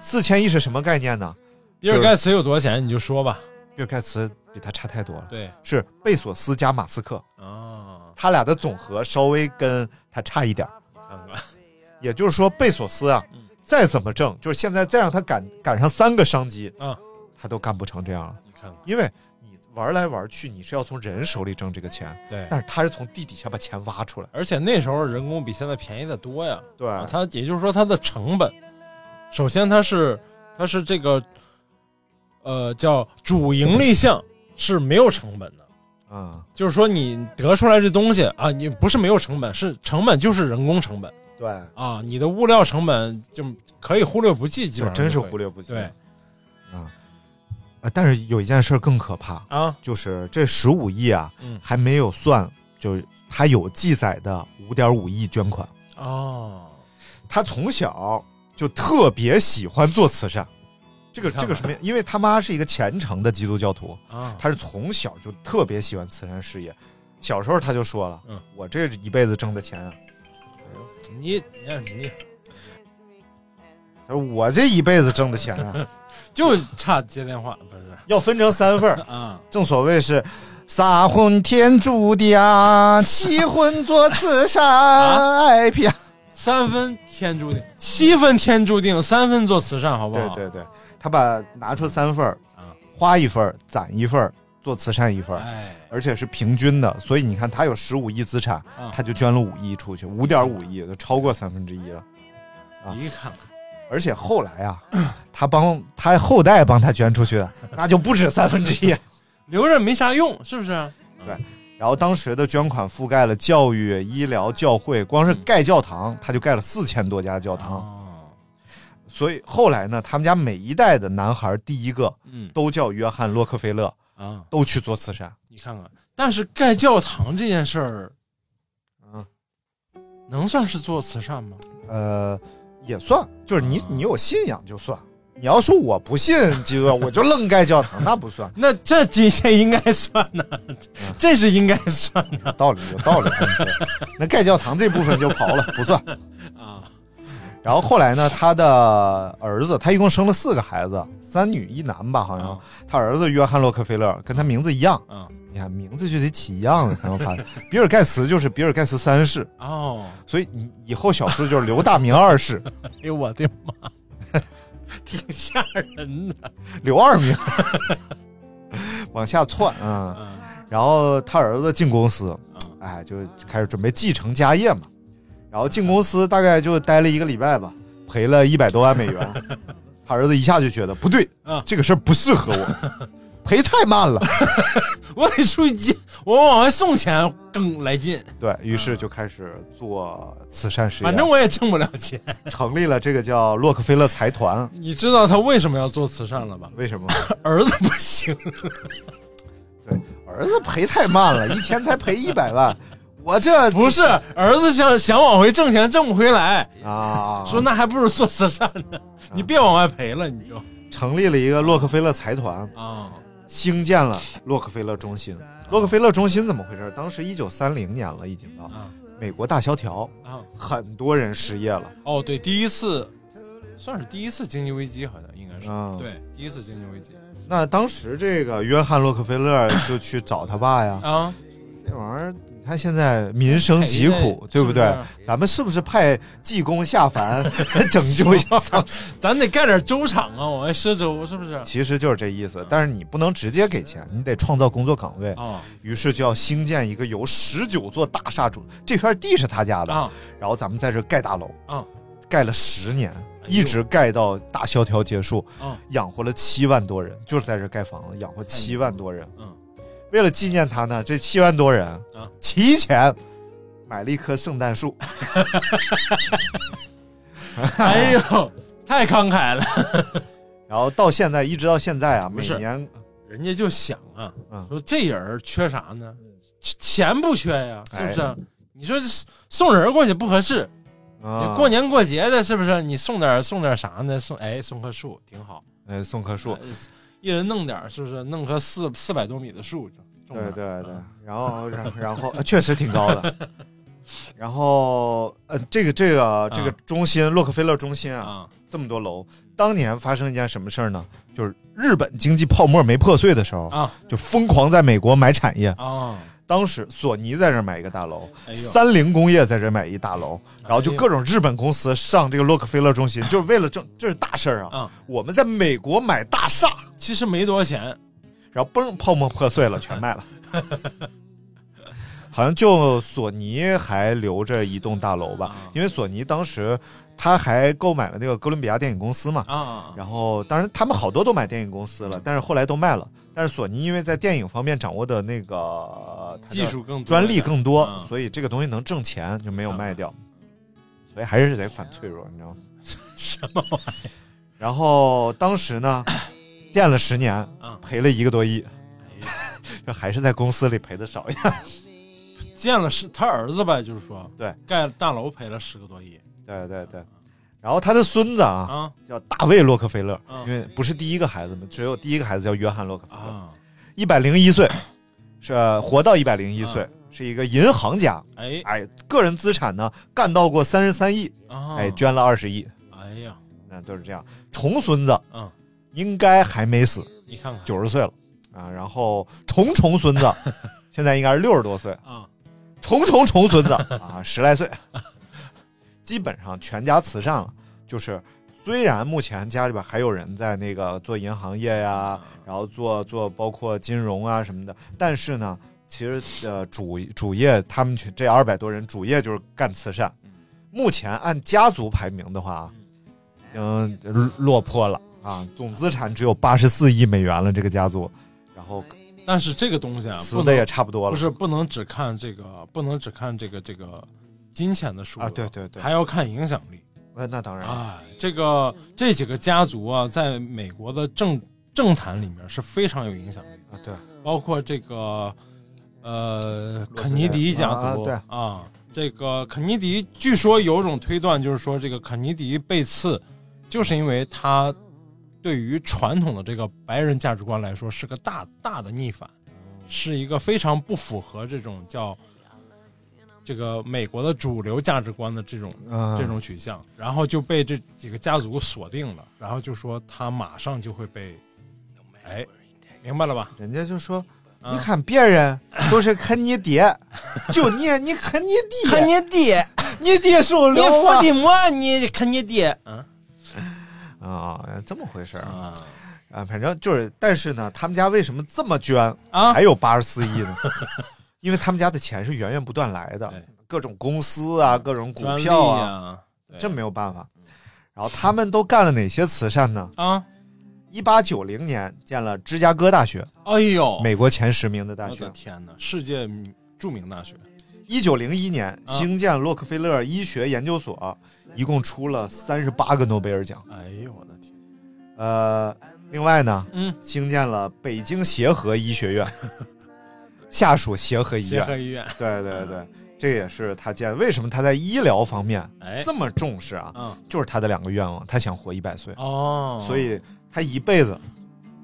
Speaker 9: 四千亿是什么概念呢？
Speaker 10: 比尔盖茨有多少钱你就说吧，
Speaker 9: 比尔盖茨比他差太多了，
Speaker 10: 对
Speaker 9: 是贝索斯加马斯克，
Speaker 10: 啊，
Speaker 9: 他俩的总和稍微跟他差一点儿。
Speaker 10: 你看看，
Speaker 9: 也就是说，贝索斯啊，
Speaker 10: 嗯
Speaker 9: 再怎么挣，就是现在再让他赶赶上三个商机，
Speaker 10: 啊，
Speaker 9: 他都干不成这样了。
Speaker 10: 你看看，
Speaker 9: 因为你玩来玩去，你是要从人手里挣这个钱，
Speaker 10: 对，
Speaker 9: 但是他是从地底下把钱挖出来。
Speaker 10: 而且那时候人工比现在便宜的多呀，
Speaker 9: 对，
Speaker 10: 啊，它也就是说它的成本，首先它是它是这个，呃，叫主盈利项是没有成本的，
Speaker 9: 嗯，
Speaker 10: 就是说你得出来这东西啊，你不是没有成本，是成本就是人工成本
Speaker 9: 对，
Speaker 10: 啊，你的物料成本就可以忽略不计，基
Speaker 9: 这
Speaker 10: 本上
Speaker 9: 真
Speaker 10: 就是可以
Speaker 9: 忽略不计。
Speaker 10: 对
Speaker 9: 啊，但是有一件事儿更可怕，
Speaker 10: 啊，
Speaker 9: 就是这十五亿啊，
Speaker 10: 嗯
Speaker 9: 还没有算，就是他有记载的五点五亿捐款。
Speaker 10: 哦，
Speaker 9: 他从小就特别喜欢做慈善，这个
Speaker 10: 你看
Speaker 9: 这个
Speaker 10: 看
Speaker 9: 什么呀？因为他妈是一个虔诚的基督教徒
Speaker 10: 啊
Speaker 9: 他是从小就特别喜欢慈善事业。小时候他就说了，
Speaker 10: 嗯
Speaker 9: 我这一辈子挣的钱啊，
Speaker 10: 你你你
Speaker 9: 他说我这一辈子挣的钱
Speaker 10: <laughs>
Speaker 9: 啊，
Speaker 10: 就差接电话不是？
Speaker 9: 要分成三
Speaker 10: <laughs>
Speaker 9: 份儿
Speaker 10: 啊。
Speaker 9: 正所谓是撒婚天注定，七婚做慈善，
Speaker 10: <laughs>
Speaker 9: 爱拼。
Speaker 10: 三分天注定，七分天注定，三分做慈善，好不
Speaker 9: 对
Speaker 10: 好？
Speaker 9: 对对，他把拿出三份儿，
Speaker 10: 嗯
Speaker 9: 花一份儿，攒一份儿，做慈善一份儿，
Speaker 10: 哎
Speaker 9: 而且是平均的。所以你看，他有十五亿资产
Speaker 10: 啊，
Speaker 9: 他就捐了五亿出去，五点五亿，就超过三分之一了。啊，
Speaker 10: 你看看，
Speaker 9: 而且后来啊， <clears throat> 他帮他后代帮他捐出去的，那就不止三分之一。
Speaker 10: 留着没啥用，是不是？
Speaker 9: 对。然后当时的捐款覆盖了教育、医疗、教会，光是盖教堂，他就盖了四千多家
Speaker 10: 啊
Speaker 9: 教
Speaker 10: 哦
Speaker 9: 堂。所以后来呢，他们家每一代的男孩第一个，
Speaker 10: 嗯
Speaker 9: 都叫约翰·洛克菲勒，
Speaker 10: 啊，
Speaker 9: 都去做慈善。
Speaker 10: 你看看，但是盖教堂这件事儿，
Speaker 9: 嗯，
Speaker 10: 能算是做慈善吗？
Speaker 9: 呃，也算，就是你你有信仰就算。你要说我不信基督教， <laughs> 我就愣盖教堂，那不算。
Speaker 10: 那这这这应该算呢，这是应该算的。
Speaker 9: 有道理，有道理。那盖教堂这部分就刨了，不算。
Speaker 10: 啊，
Speaker 9: 然后后来呢，他的儿子，他一共生了四个孩子，三女一男吧，好像。他儿子约翰洛克菲勒跟他名字一样，
Speaker 10: 嗯，
Speaker 9: 你看名字就得起一样的才能发。比尔盖茨就是比尔盖茨三世，
Speaker 10: 哦，
Speaker 9: 所以你以后小说就是刘大明二世，
Speaker 10: 哎呦我的妈， <laughs> 挺吓人的。
Speaker 9: 刘二明，往下窜啊、
Speaker 10: 嗯
Speaker 9: 然后他儿子进公司，哎，就开始准备继承家业嘛。然后进公司大概就待了一个礼拜吧，赔了一百多万美元。他儿子一下就觉得不对，
Speaker 10: 嗯
Speaker 9: 这个事儿不适合
Speaker 10: <laughs>
Speaker 9: 我，赔太慢了，
Speaker 10: 我得出去接，我往外送钱更来劲。
Speaker 9: 对于是就开始做慈善事业。
Speaker 10: 反正我也挣不了钱。
Speaker 9: 成立了这个叫洛克菲勒财团，
Speaker 10: 你知道他为什么要做慈善了吧？
Speaker 9: 为什么？
Speaker 10: 儿子不行，
Speaker 9: 儿子赔太慢了，一天才赔一百万，我这
Speaker 10: 不是儿子想想往回挣钱挣不回来
Speaker 9: 啊
Speaker 10: 说那还不如做慈善呢，你别往外赔了，你就
Speaker 9: 成立了一个洛克菲勒财团
Speaker 10: 啊，
Speaker 9: 兴建了洛克菲勒中心。洛克菲勒中心怎么回事？当时一九三零年了，已经到美国大萧条
Speaker 10: 啊，
Speaker 9: 很多人失业了。
Speaker 10: 哦对，第一次算是第一次经济危机，好像应该是、
Speaker 9: 啊
Speaker 10: 对第一次经济危机
Speaker 9: 那当时这个约翰洛克菲勒就去找他爸呀，
Speaker 10: 啊，
Speaker 9: 这玩意儿你看现在民生疾苦，对不对？咱们是不是派济公下凡拯救一下丧尸？
Speaker 10: 咱得干点粥厂啊，往外赊粥是不是？
Speaker 9: 其实就是这意思，但是你不能直接给钱，你得创造工作岗位。 <laughs>
Speaker 10: 啊
Speaker 9: 于是就要兴建一个由十九座大厦主，这片地是他家的，
Speaker 10: 啊
Speaker 9: 然后咱们在这盖大楼，
Speaker 10: 啊
Speaker 9: 盖了十年，
Speaker 10: 哎
Speaker 9: 一直盖到大萧条结束，
Speaker 10: 啊
Speaker 9: 养活了七万多人，就是在这盖房子，养活七万多人。
Speaker 10: 嗯，
Speaker 9: 为了纪念他呢，这七万多人
Speaker 10: 啊
Speaker 9: 提前买了一棵圣
Speaker 10: <laughs>
Speaker 9: 诞树。
Speaker 10: 哎呦，太慷慨了，
Speaker 9: 然后到现在，一直到现在啊，
Speaker 10: 不
Speaker 9: 每
Speaker 10: 是
Speaker 9: 年
Speaker 10: 人家就想啊，说这人儿缺啥呢？钱不缺呀，是不是？
Speaker 9: 哎
Speaker 10: 你说这送人过去不合适，
Speaker 9: 啊，
Speaker 10: 过年过节的，是不是？你送点儿送点儿啥呢？送哎送棵树挺好，
Speaker 9: 呃送棵
Speaker 10: 哎
Speaker 9: 树，
Speaker 10: 一人弄点儿，是不是？弄棵四四百多米的树，种
Speaker 9: 对
Speaker 10: 点儿啊
Speaker 9: 对对，然后然然后、呃确实挺
Speaker 10: <laughs>
Speaker 9: 高的。然后呃，这个这个这个
Speaker 10: 嗯
Speaker 9: 中心、洛克菲勒中心啊，这么多楼，当年发生一件什么事儿呢？就是日本经济泡沫没破碎的时候
Speaker 10: 啊，
Speaker 9: 就疯狂在美国买产业。
Speaker 10: 啊，
Speaker 9: 当时索尼在这儿买一个大楼，
Speaker 10: 哎呦
Speaker 9: 三菱工业在这儿买一大楼，然后就
Speaker 10: 哎呦
Speaker 9: 各种日本公司上这个洛克菲勒
Speaker 10: <laughs>
Speaker 9: 中心，就是为了挣，这是大事儿
Speaker 10: 嗯
Speaker 9: 啊！我们在美国买大厦，
Speaker 10: 其实没多少钱，
Speaker 9: 然后嘣，泡沫破碎了，全卖了。好像就索尼还留着一栋大楼
Speaker 10: 啊
Speaker 9: 吧，因为索尼当时他还购买了那个哥伦比亚电影公司嘛，
Speaker 10: 啊，嗯
Speaker 9: 然后当然他们好多都买电影公司了，但是后来都卖了。但是索尼因为在电影方面掌握的那个呃它的
Speaker 10: 技术更多
Speaker 9: 专利更多
Speaker 10: 嗯，
Speaker 9: 所以这个东西能挣钱就没有卖掉，所以还是得反脆弱，你知道吗？
Speaker 10: 什么玩意儿？
Speaker 9: 然后当时
Speaker 10: <laughs>
Speaker 9: 呢，建了十年
Speaker 10: 嗯，
Speaker 9: 赔了一个多亿，
Speaker 10: 哎
Speaker 9: <laughs> 这还是在公司里赔的少一点。
Speaker 10: 见了是他儿子吧？就是说，
Speaker 9: 对，
Speaker 10: 盖大楼赔了十个多亿，
Speaker 9: 对对对。然后他的孙子啊，
Speaker 10: 啊
Speaker 9: 叫大卫洛克菲勒，
Speaker 10: 啊
Speaker 9: 因为不是第一个孩子嘛，只有第一个孩子叫约翰洛克菲勒，
Speaker 10: 啊
Speaker 9: 一百零一岁，是呃活到一百零一岁，是一个银行家，
Speaker 10: 哎
Speaker 9: 哎，个人资产呢干到过三十三亿，
Speaker 10: 啊
Speaker 9: 哎，捐了二十亿，
Speaker 10: 哎呀，
Speaker 9: 那都是这样。重孙子，
Speaker 10: 嗯，
Speaker 9: 应该还没死，
Speaker 10: 你看看，
Speaker 9: 九十岁了啊。然后重重孙子，现在应该是六十多岁
Speaker 10: 啊。
Speaker 9: 重重重孙子啊，十来岁，基本上全家慈善了。就是虽然目前家里边还有人在那个做银行业呀、
Speaker 10: 啊
Speaker 9: 然后做做包括金融啊什么的，但是呢，其实呃主主业他们群这二百多人主业就是干慈善。
Speaker 10: 嗯
Speaker 9: 目前按家族排名的话啊，嗯，落魄了啊，总资产只有八十四亿美元了，这个家族，然后
Speaker 10: 但是这个东西啊，不
Speaker 9: 死
Speaker 10: 能
Speaker 9: 得也差不多了
Speaker 10: 不是不能只看这个，不能只看这个这个金钱的数
Speaker 9: 啊对对对
Speaker 10: 还要看影响力。
Speaker 9: 那那当然
Speaker 10: 啊，这个这几个家族啊，在美国的政政坛里面是非常有影响力
Speaker 9: 啊，对，
Speaker 10: 包括这个呃
Speaker 9: 罗斯
Speaker 10: 肯尼迪家族
Speaker 9: 啊
Speaker 10: 啊这个肯尼迪据说有种推断就是说，这个肯尼迪被刺，就是因为他对于传统的这个白人价值观来说是个大大的逆反，是一个非常不符合这种叫这个美国的主流价值观的这种、
Speaker 9: 嗯
Speaker 10: 这种取向，然后就被这几个家族锁定了，然后就说他马上就会被，哎，明白了吧？
Speaker 9: 人家就说，
Speaker 10: 啊
Speaker 9: 你看别人都是啃你 <laughs> 爹，就你你啃你爹，啃
Speaker 10: 你爹，
Speaker 9: 你爹受
Speaker 10: <laughs> 你
Speaker 9: 流
Speaker 10: 伏
Speaker 9: 啊
Speaker 10: 地魔，你看你爹，嗯，
Speaker 9: 啊，这么回事儿啊。啊，反正就是，但是呢，他们家为什么这么捐
Speaker 10: 啊
Speaker 9: 还有八十四亿 <laughs> 呢？因为他们家的钱是源源不断来的，各种公司啊，各种股
Speaker 10: 专利
Speaker 9: 票
Speaker 10: 啊，
Speaker 9: 这没有办法。然后他们都干了哪些慈善呢？
Speaker 10: 啊，
Speaker 9: 一八九零年建了芝加哥大学，
Speaker 10: 哎呦，
Speaker 9: 美国前十名的大
Speaker 10: 我
Speaker 9: 学
Speaker 10: 的。天哪，世界著名大学，
Speaker 9: 一九零一年
Speaker 10: 啊
Speaker 9: 兴建洛克菲勒医学研究所，一共出了三十八个诺贝尔奖。
Speaker 10: 哎呦我的天，
Speaker 9: 呃，另外呢，
Speaker 10: 嗯，
Speaker 9: 兴建了北京协和医学院， <laughs> 下属协和医
Speaker 10: 协
Speaker 9: 院。
Speaker 10: 和啊医院，
Speaker 9: 对对对，这也是他建。为什么他在医疗方面
Speaker 10: 哎
Speaker 9: 这么重视啊？
Speaker 10: 嗯，
Speaker 9: 就是他的两个愿望，他想活一百岁，
Speaker 10: 哦，
Speaker 9: 所以他一辈子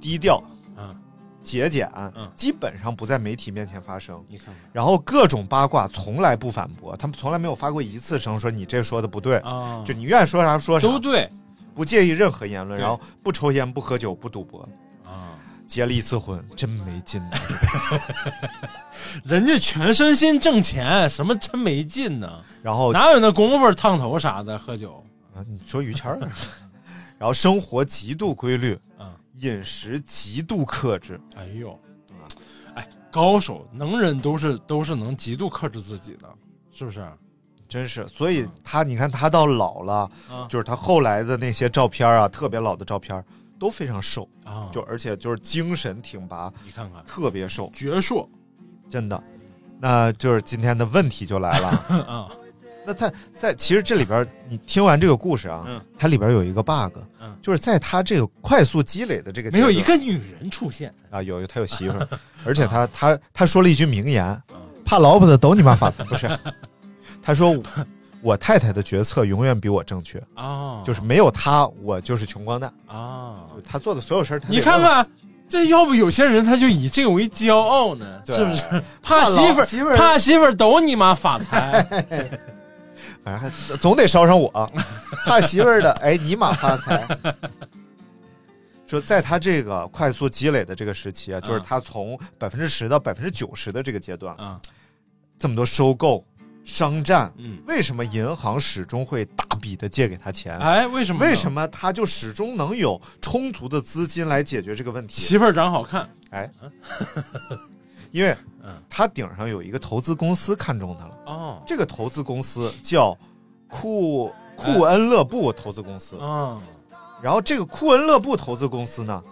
Speaker 9: 低调
Speaker 10: 嗯，
Speaker 9: 节俭
Speaker 10: 嗯，
Speaker 9: 基本上不在媒体面前发声。
Speaker 10: 你看看
Speaker 9: 然后各种八卦从来不反驳，他们从来没有发过一次声说你这说的不对，
Speaker 10: 啊，
Speaker 9: 就你愿意说啥说啥，
Speaker 10: 都对
Speaker 9: 不介意任何言论，
Speaker 10: 对
Speaker 9: 然后不抽烟、不喝酒、不赌博，
Speaker 10: 啊，
Speaker 9: 结了一次婚，真没劲
Speaker 10: <laughs>
Speaker 9: 呐、
Speaker 10: 人家全身心挣钱，什么真没劲呢？
Speaker 9: 然后
Speaker 10: 哪有那功夫烫头啥的喝酒？
Speaker 9: 啊你说于谦儿， <laughs> 然后生活极度规律，
Speaker 10: 嗯，
Speaker 9: 饮食极度克制，
Speaker 10: 哎呦，
Speaker 9: 嗯
Speaker 10: 哎，高手能人都是都是能极度克制自己的，是不是？啊
Speaker 9: 真是。所
Speaker 10: 嗯
Speaker 9: 以他，你看他到老了，
Speaker 10: 啊
Speaker 9: 就是他后来的那些照片啊，特别老的照片都非常瘦，
Speaker 10: 啊，
Speaker 9: 就而且就是精神挺拔，
Speaker 10: 你看看
Speaker 9: 特别瘦。
Speaker 10: 矍铄
Speaker 9: 真的。那就是今天的问题就来
Speaker 10: <laughs>
Speaker 9: 了。
Speaker 10: 啊，
Speaker 9: 那在在其实这里边儿，你听完这个故事啊，
Speaker 10: 嗯
Speaker 9: 它里边儿有一个 bug，、
Speaker 10: 嗯
Speaker 9: 就是在他这个快速积累的这个
Speaker 10: 没有
Speaker 9: 阶
Speaker 10: 一
Speaker 9: 段
Speaker 10: 个女人出现，
Speaker 9: 啊，有有他有媳妇儿， <laughs> 而且他他他说了一句名言
Speaker 10: 嗯：“
Speaker 9: 怕老婆的都你妈发财。”不
Speaker 10: <laughs>
Speaker 9: 是，他说我我太太的决策永远比我正确，
Speaker 10: 啊，
Speaker 9: 就是没有她我就是穷光蛋。
Speaker 10: 啊，
Speaker 9: 哦他做的所有事儿，她
Speaker 10: 你
Speaker 9: 得
Speaker 10: 看
Speaker 9: 问
Speaker 10: 看。这要不有些人他就以这个为骄傲呢，
Speaker 9: 对
Speaker 10: 是
Speaker 9: <laughs>
Speaker 10: 不是？怕
Speaker 9: 怕老
Speaker 10: 媳妇
Speaker 9: 媳妇
Speaker 10: 儿，
Speaker 9: 儿哎
Speaker 10: 怕媳妇儿都你妈发
Speaker 9: <laughs>
Speaker 10: 财，
Speaker 9: 反正还总得捎上我，怕媳妇儿的，哎，尼玛发财。说在他这个快速积累的这个时期啊，
Speaker 10: 嗯
Speaker 9: 就是他从百分之十到百分之九十的这个阶段，
Speaker 10: 啊，
Speaker 9: 这么多收购、商战，
Speaker 10: 嗯，
Speaker 9: 为什么银行始终会大笔的借给他钱？
Speaker 10: 哎，为什么？
Speaker 9: 为什？么他就始终能有充足的资金来解决这个问题？
Speaker 10: 媳妇儿长好看，
Speaker 9: 哎，因为
Speaker 10: 嗯
Speaker 9: 他顶上有一个投资公司看中他了。
Speaker 10: 哦，
Speaker 9: 这个投资公司叫库库
Speaker 10: 嗯
Speaker 9: 恩勒布投资公司。
Speaker 10: 啊，
Speaker 9: 然后这个库恩勒布投资公司呢，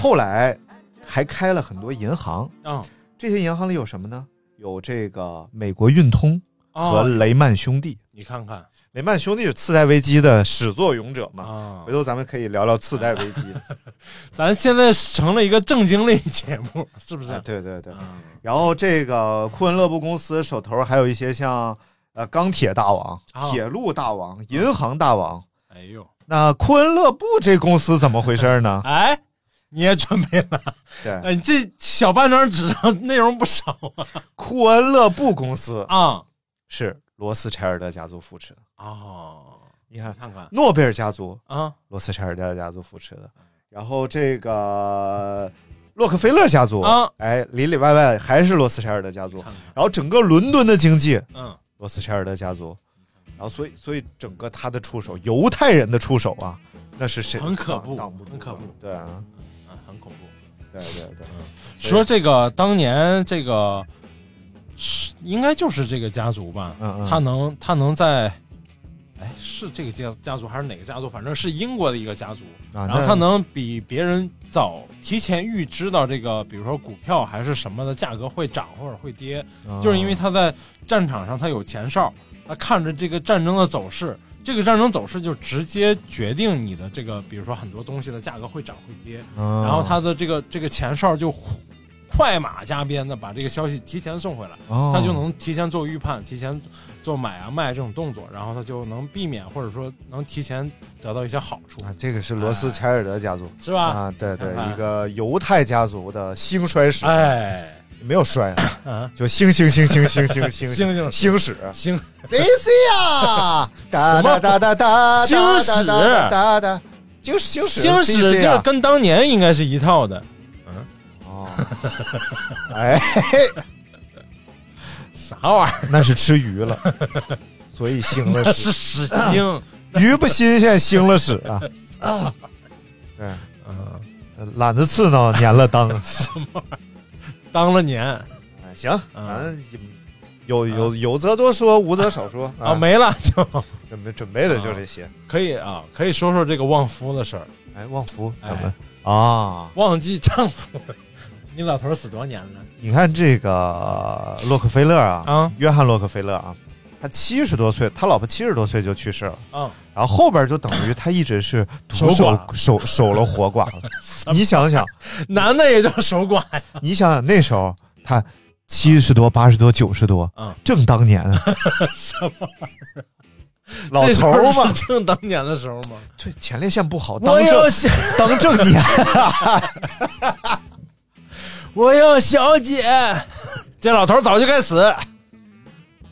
Speaker 9: 后来还开了很多银行。
Speaker 10: 啊，
Speaker 9: 这些银行里有什么呢？有这个美国运通和啊
Speaker 10: 哦，
Speaker 9: 雷曼兄弟。
Speaker 10: 你看看
Speaker 9: 雷曼兄弟是次贷危机的始作俑者嘛？
Speaker 10: 啊
Speaker 9: 回，头咱们可以聊聊次贷危机。
Speaker 10: 咱现在成了一个正经类节目， <laughs> 是 <laughs> 不是？
Speaker 9: 啊对对对。
Speaker 10: 啊
Speaker 9: 然后这个库恩勒布公司手头还有一些像呃钢铁大王、
Speaker 10: 啊
Speaker 9: 铁路大王、银行大王、
Speaker 10: 哎呦，
Speaker 9: 那库恩勒布这公司怎么回事
Speaker 10: <laughs>
Speaker 9: 呢？
Speaker 10: 哎，你也准备了？
Speaker 9: 对
Speaker 10: 哎，你这小半张纸上内容不少啊。
Speaker 9: 库恩勒布公司 <laughs>
Speaker 10: 啊，
Speaker 9: 是罗斯柴尔德家族扶持的。
Speaker 10: 哦，
Speaker 9: 你看
Speaker 10: 看看，
Speaker 9: 诺贝尔家族
Speaker 10: 啊，
Speaker 9: 罗斯柴尔德家族扶持的。然后这个洛克菲勒家族
Speaker 10: 啊
Speaker 9: 哎，里里外外还是罗斯柴尔德家族。然后整个伦敦的经济，
Speaker 10: 嗯，
Speaker 9: 罗斯柴尔德家族。然后所以所以整个他的出手，犹太人的出手啊，那是谁？
Speaker 10: 很可怖
Speaker 9: 挡不住
Speaker 10: 很可怖
Speaker 9: 对啊，
Speaker 10: 啊很恐怖。
Speaker 9: 对对对。
Speaker 10: 说这个当年这个是应该就是这个家族吧？
Speaker 9: 嗯嗯
Speaker 10: 他能他能在。哎，是这个家家族还是哪个家族？反正是英国的一个家族，
Speaker 9: 啊
Speaker 10: 然后
Speaker 9: 那
Speaker 10: 他能比别人早提前预知到这个，比如说股票还是什么的价格会涨或者会跌，
Speaker 9: 啊
Speaker 10: 就是因为他在战场上他有前哨，他看着这个战争的走势，这个战争走势就直接决定你的这个，比如说很多东西的价格会涨会跌，
Speaker 9: 啊
Speaker 10: 然后他的这个这个前哨就快马加鞭的把这个消息提前送回来，
Speaker 9: 哦
Speaker 10: 他就能提前做预判，提前做买啊卖这种动作，然后他就能避免或者说能提前得到一些好处。
Speaker 9: 啊，这个是罗斯柴尔德家族，
Speaker 10: 是吧
Speaker 9: 啊，对对
Speaker 10: 看，看
Speaker 9: 一个犹太家族的兴衰史，
Speaker 10: 哎，
Speaker 9: 没有衰
Speaker 10: 啊，
Speaker 9: 就兴兴兴兴兴兴兴
Speaker 10: 兴兴
Speaker 9: 兴史
Speaker 10: 兴
Speaker 9: C C 呀，哒
Speaker 10: 什么
Speaker 9: 哒哒哒哒，
Speaker 10: 星矢
Speaker 9: 哒哒哒哒，星星矢
Speaker 10: 星矢
Speaker 9: CC
Speaker 10: 这个
Speaker 9: 啊
Speaker 10: 跟当年应该是一套的，嗯，
Speaker 9: 哦，哎，
Speaker 10: 啥玩意儿？
Speaker 9: 那是吃鱼了，所以兴了
Speaker 10: 那
Speaker 9: 屎
Speaker 10: 是屎
Speaker 9: <laughs>
Speaker 10: 腥，
Speaker 9: 鱼不新鲜，兴了屎啊，啊，对，嗯，懒得刺挠，粘了裆，
Speaker 10: 当了年。
Speaker 9: 哎行，
Speaker 10: 嗯
Speaker 9: 反正有有有则多说，无则少说
Speaker 10: 啊，没了 <laughs> 就
Speaker 9: 准备准备的就这些。
Speaker 10: 可以啊，可以说说这个旺夫的事儿。
Speaker 9: 哎，旺夫
Speaker 10: 哎，
Speaker 9: 啊，
Speaker 10: 忘记丈夫， <laughs> 你老头儿死多少年了？
Speaker 9: 你看这个洛克菲勒啊，
Speaker 10: 啊
Speaker 9: 约翰洛克菲勒啊，他七十多岁，他老婆七十多岁就去世了，
Speaker 10: 嗯，
Speaker 9: 然后后边就等于他一直是
Speaker 10: 守
Speaker 9: 独守
Speaker 10: 寡
Speaker 9: 守守了
Speaker 10: <laughs>
Speaker 9: 活寡了。你想想，
Speaker 10: 男的也叫守寡呀。
Speaker 9: 你想想那时候他七十多、八十多、九十多，
Speaker 10: 嗯，
Speaker 9: 正当年，啊
Speaker 10: <laughs> 什么玩意儿？
Speaker 9: 老
Speaker 10: 这时候
Speaker 9: 头儿嘛
Speaker 10: 是正当年的时候吗？
Speaker 9: 对，前列腺不好，当
Speaker 10: 我
Speaker 9: 正
Speaker 10: 要小， <laughs>
Speaker 9: 当正年。
Speaker 10: 我要小姐。 <laughs> 这老头儿早就该死啊！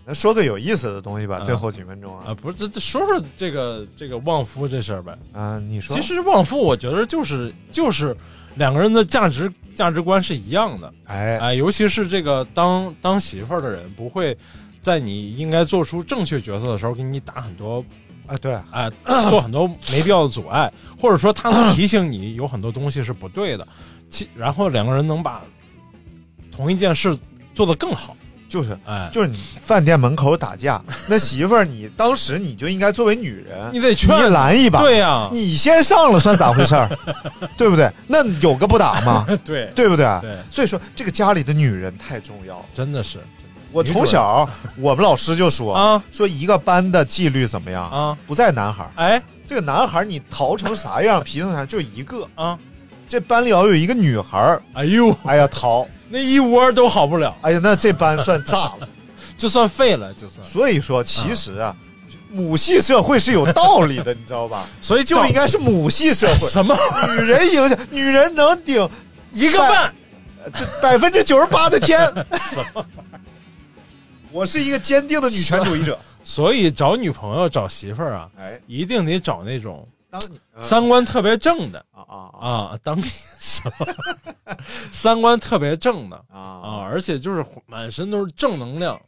Speaker 9: 咱说个有意思的东西吧，
Speaker 10: 嗯
Speaker 9: 最后几分钟啊，
Speaker 10: 不是，这这说说这个这个旺夫这事儿呗。
Speaker 9: 啊，你说，
Speaker 10: 嗯其实旺夫，我觉得就是就是两个人的价值价值观是一样的。
Speaker 9: 哎，
Speaker 10: 啊，尤其是这个当当媳妇儿的人，不会在你应该做出正确决策的时候给你打很多
Speaker 9: 啊，对，
Speaker 10: 啊、做很多没必要的阻碍，或者说他能提醒你有很多东西是不对的，其然后两个人能把同一件事做得更好，
Speaker 9: 就是
Speaker 10: 哎，
Speaker 9: 就是你饭店门口打架，那媳妇儿你当时你就应该作为女人，
Speaker 10: 你得劝
Speaker 9: 你拦一把，
Speaker 10: 对啊呀、
Speaker 9: 你先上了算咋回
Speaker 10: <laughs>
Speaker 9: 事儿？对不对？那有个不打吗？
Speaker 10: 对
Speaker 9: 对不对？
Speaker 10: 对
Speaker 9: 所以说这个家里的女人太重要了。
Speaker 10: 真的是
Speaker 9: 我从小我们老师就说
Speaker 10: 啊
Speaker 9: 说一个班的纪律怎么样
Speaker 10: 啊，
Speaker 9: 不在男孩儿，
Speaker 10: 哎
Speaker 9: 这个男孩儿你淘成啥样，皮成啥样就一个。
Speaker 10: 啊，
Speaker 9: 这班里要有一个女孩儿，
Speaker 10: 哎呦，
Speaker 9: <laughs> 哎呀淘，
Speaker 10: 那一窝都好不了，
Speaker 9: 哎呀那这班算炸了。
Speaker 10: 就算废了，就算。
Speaker 9: <laughs> 所以说，其实啊，母系社会是有道理的，你知道吧？
Speaker 10: <laughs> 所以
Speaker 9: 就
Speaker 10: 找
Speaker 9: 应该是母系社会，
Speaker 10: 什么
Speaker 9: 女人影响，女人能顶
Speaker 10: 一个半，
Speaker 9: 百分之九十八
Speaker 10: <laughs>
Speaker 9: 的天。我是一个坚定的女权主义者。
Speaker 10: 所以找女朋友找媳妇儿啊，
Speaker 9: 哎，
Speaker 10: 一定得找那种
Speaker 9: 当你、呃
Speaker 10: 三观特别正的
Speaker 9: 啊啊
Speaker 10: 啊，当什么三观特别正的啊，
Speaker 9: 啊啊！
Speaker 10: 而且就是满身都是正能量，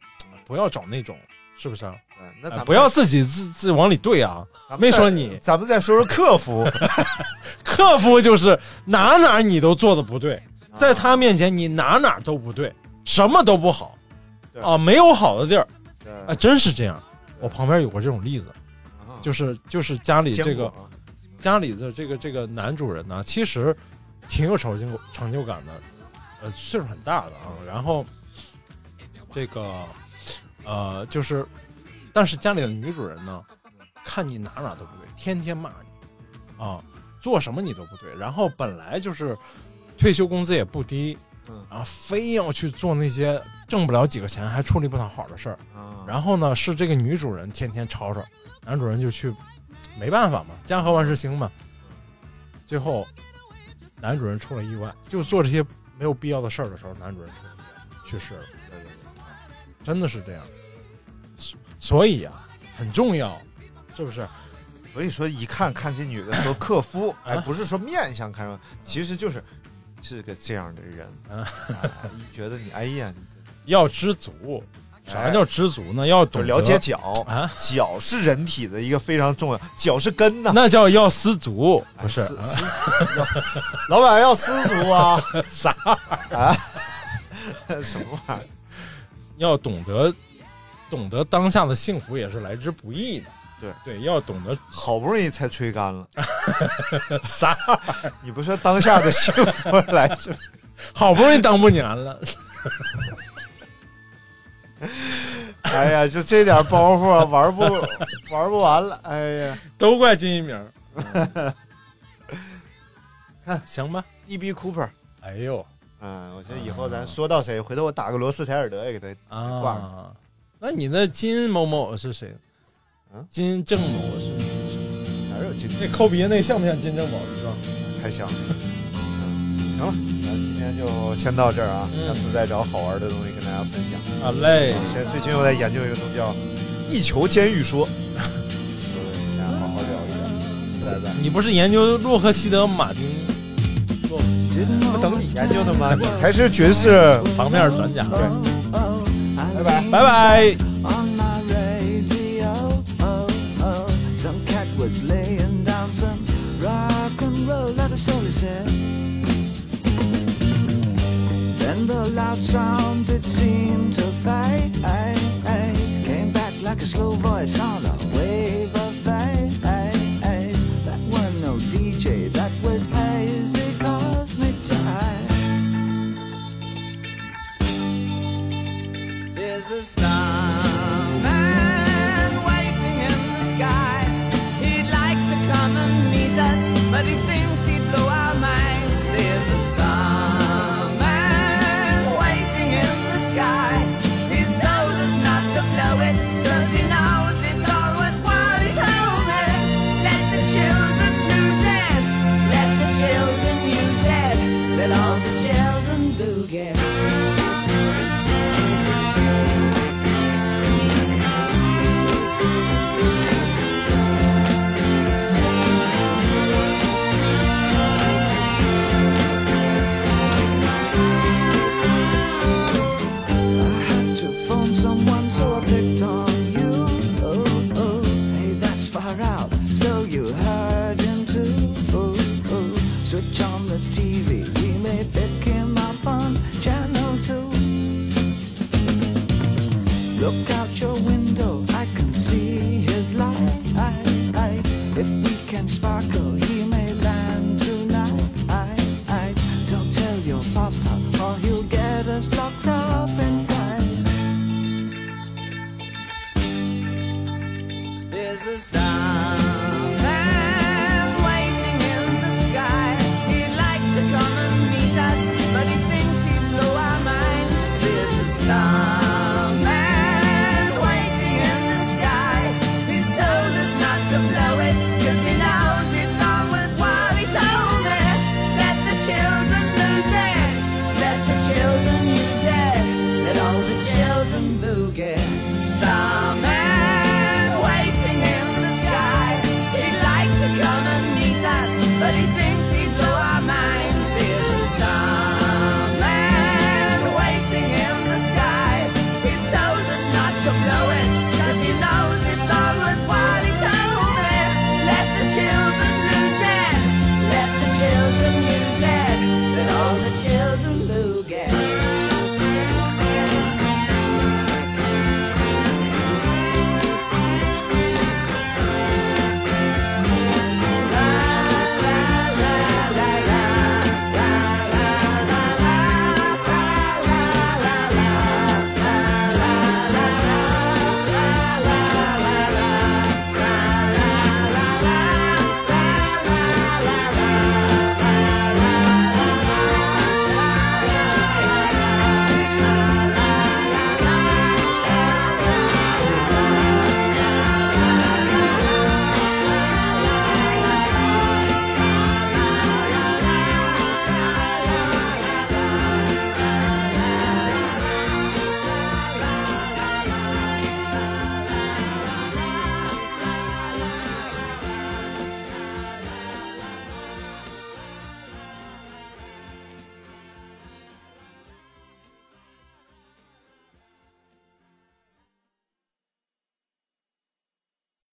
Speaker 10: 不要找那种，是不是啊？
Speaker 9: 嗯那咱
Speaker 10: 哎
Speaker 9: 们
Speaker 10: 不要自己自自往里对啊
Speaker 9: 咱，们
Speaker 10: 没
Speaker 9: 再
Speaker 10: 说你
Speaker 9: 咱们再说说
Speaker 10: <laughs>
Speaker 9: 客服。
Speaker 10: 克夫就是哪哪你都做的不对，
Speaker 9: 啊
Speaker 10: 在他面前你哪哪都不对，什么都不好
Speaker 9: 对
Speaker 10: 啊，没有好的地儿啊，
Speaker 9: 呃
Speaker 10: 真是这样。我旁边有过这种例子，
Speaker 9: 啊
Speaker 10: 就是就是家里
Speaker 9: 坚
Speaker 10: 这
Speaker 9: 果
Speaker 10: 个
Speaker 9: 啊
Speaker 10: 家里的这个这个男主人呢，其实挺有成就成就感的，呃，岁数很大的啊。然后这个呃，就是但是家里的女主人呢，看你哪哪都不对，天天骂你啊，做什么你都不对。然后本来就是退休工资也不低，
Speaker 9: 嗯
Speaker 10: 然后非要去做那些挣不了几个钱还处理不了好的事儿。
Speaker 9: 啊
Speaker 10: 然后呢，是这个女主人天天吵吵，男主人就去没办法嘛，家和万事兴嘛。最后，男主人出了意外，就做这些没有必要的事儿的时候，男主人出了意外去世了。真的是这样，所所以啊，很重要，是不是？
Speaker 9: 所以说，一看看这女的说克夫，
Speaker 10: 啊
Speaker 9: 哎，不是说面相看上，其实就是是个这样的人，
Speaker 10: 啊
Speaker 9: 一觉得你哎呀，
Speaker 10: 要知足。啥叫知足呢？要懂
Speaker 9: 就
Speaker 10: 得
Speaker 9: 了解脚
Speaker 10: 啊，
Speaker 9: 脚是人体的一个非常重要，脚是根呐，
Speaker 10: 那叫要丝足，不是？
Speaker 9: 丝丝 <laughs> 老板要丝足啊， <laughs>
Speaker 10: 啥
Speaker 9: 啊？什么玩意儿？
Speaker 10: 要懂得懂得当下的幸福也是来之不易的。
Speaker 9: 对
Speaker 10: 对，要懂得
Speaker 9: 好不容易才吹干了，
Speaker 10: 啥？
Speaker 9: 你不说当下的幸福来着？ <laughs>
Speaker 10: 好不容易当不年了，
Speaker 9: 哎呀，就这点包袱啊玩不玩不完了，哎呀，
Speaker 10: 都怪金一鸣。 <laughs>
Speaker 9: 看
Speaker 10: 行吧
Speaker 9: ，D.B. Cooper，
Speaker 10: 哎呦，
Speaker 9: 嗯，我觉得以后咱说到谁，回头我打个罗斯柴尔德也给他挂上。
Speaker 10: 啊，那你那金某某是谁？金正某是
Speaker 9: 哪有金？
Speaker 10: 嗯那抠鼻那像不像金正某？是吧？
Speaker 9: 太像了。嗯，行了，咱今天就先到这儿啊，下次再找好玩的东西跟大家分享。
Speaker 10: 好啊嘞
Speaker 9: 现在最近又在研究一个东西叫“一球监狱说”，大 <laughs> 家嗯好好聊一聊。拜拜。
Speaker 10: 你不是研究洛克希德马丁
Speaker 9: 不等你研究的吗？你才是爵士
Speaker 10: 防面转甲。
Speaker 9: 对，
Speaker 12: 拜
Speaker 9: 拜，
Speaker 10: 拜拜。
Speaker 12: On my radio, oh, oh, some cat was laying down some rock and roll like a soul he said. Then the loud sound it seemed to fade, came back like a slow voice on a wave of fade. That were no DJ, that was hazy cosmic jazz. There's a starman waiting in the sky. He'd like to come and meet us, but he thinks he'd blow our minds. There's a starman waiting in the sky. He's told us not to blow it, cause he knows it's all worthwhile. It's over. Let the children use it. Let the children use it. Let all the children boogie. to phone someone, so I picked on you. Oh, oh, hey, that's far out. So you heard him too. Oh, oh, switch on the TV. We may pick him up on channel two. Look out your window, I can see his light. If we can sparkle, he may land tonight. Don't tell your papa, or he'll get us locked up in time. There's a starman waiting in the sky. He'd like to come and meet us, but he thinks he'd blow our minds. There's a starman waiting in the sky. He's told us not to blow it,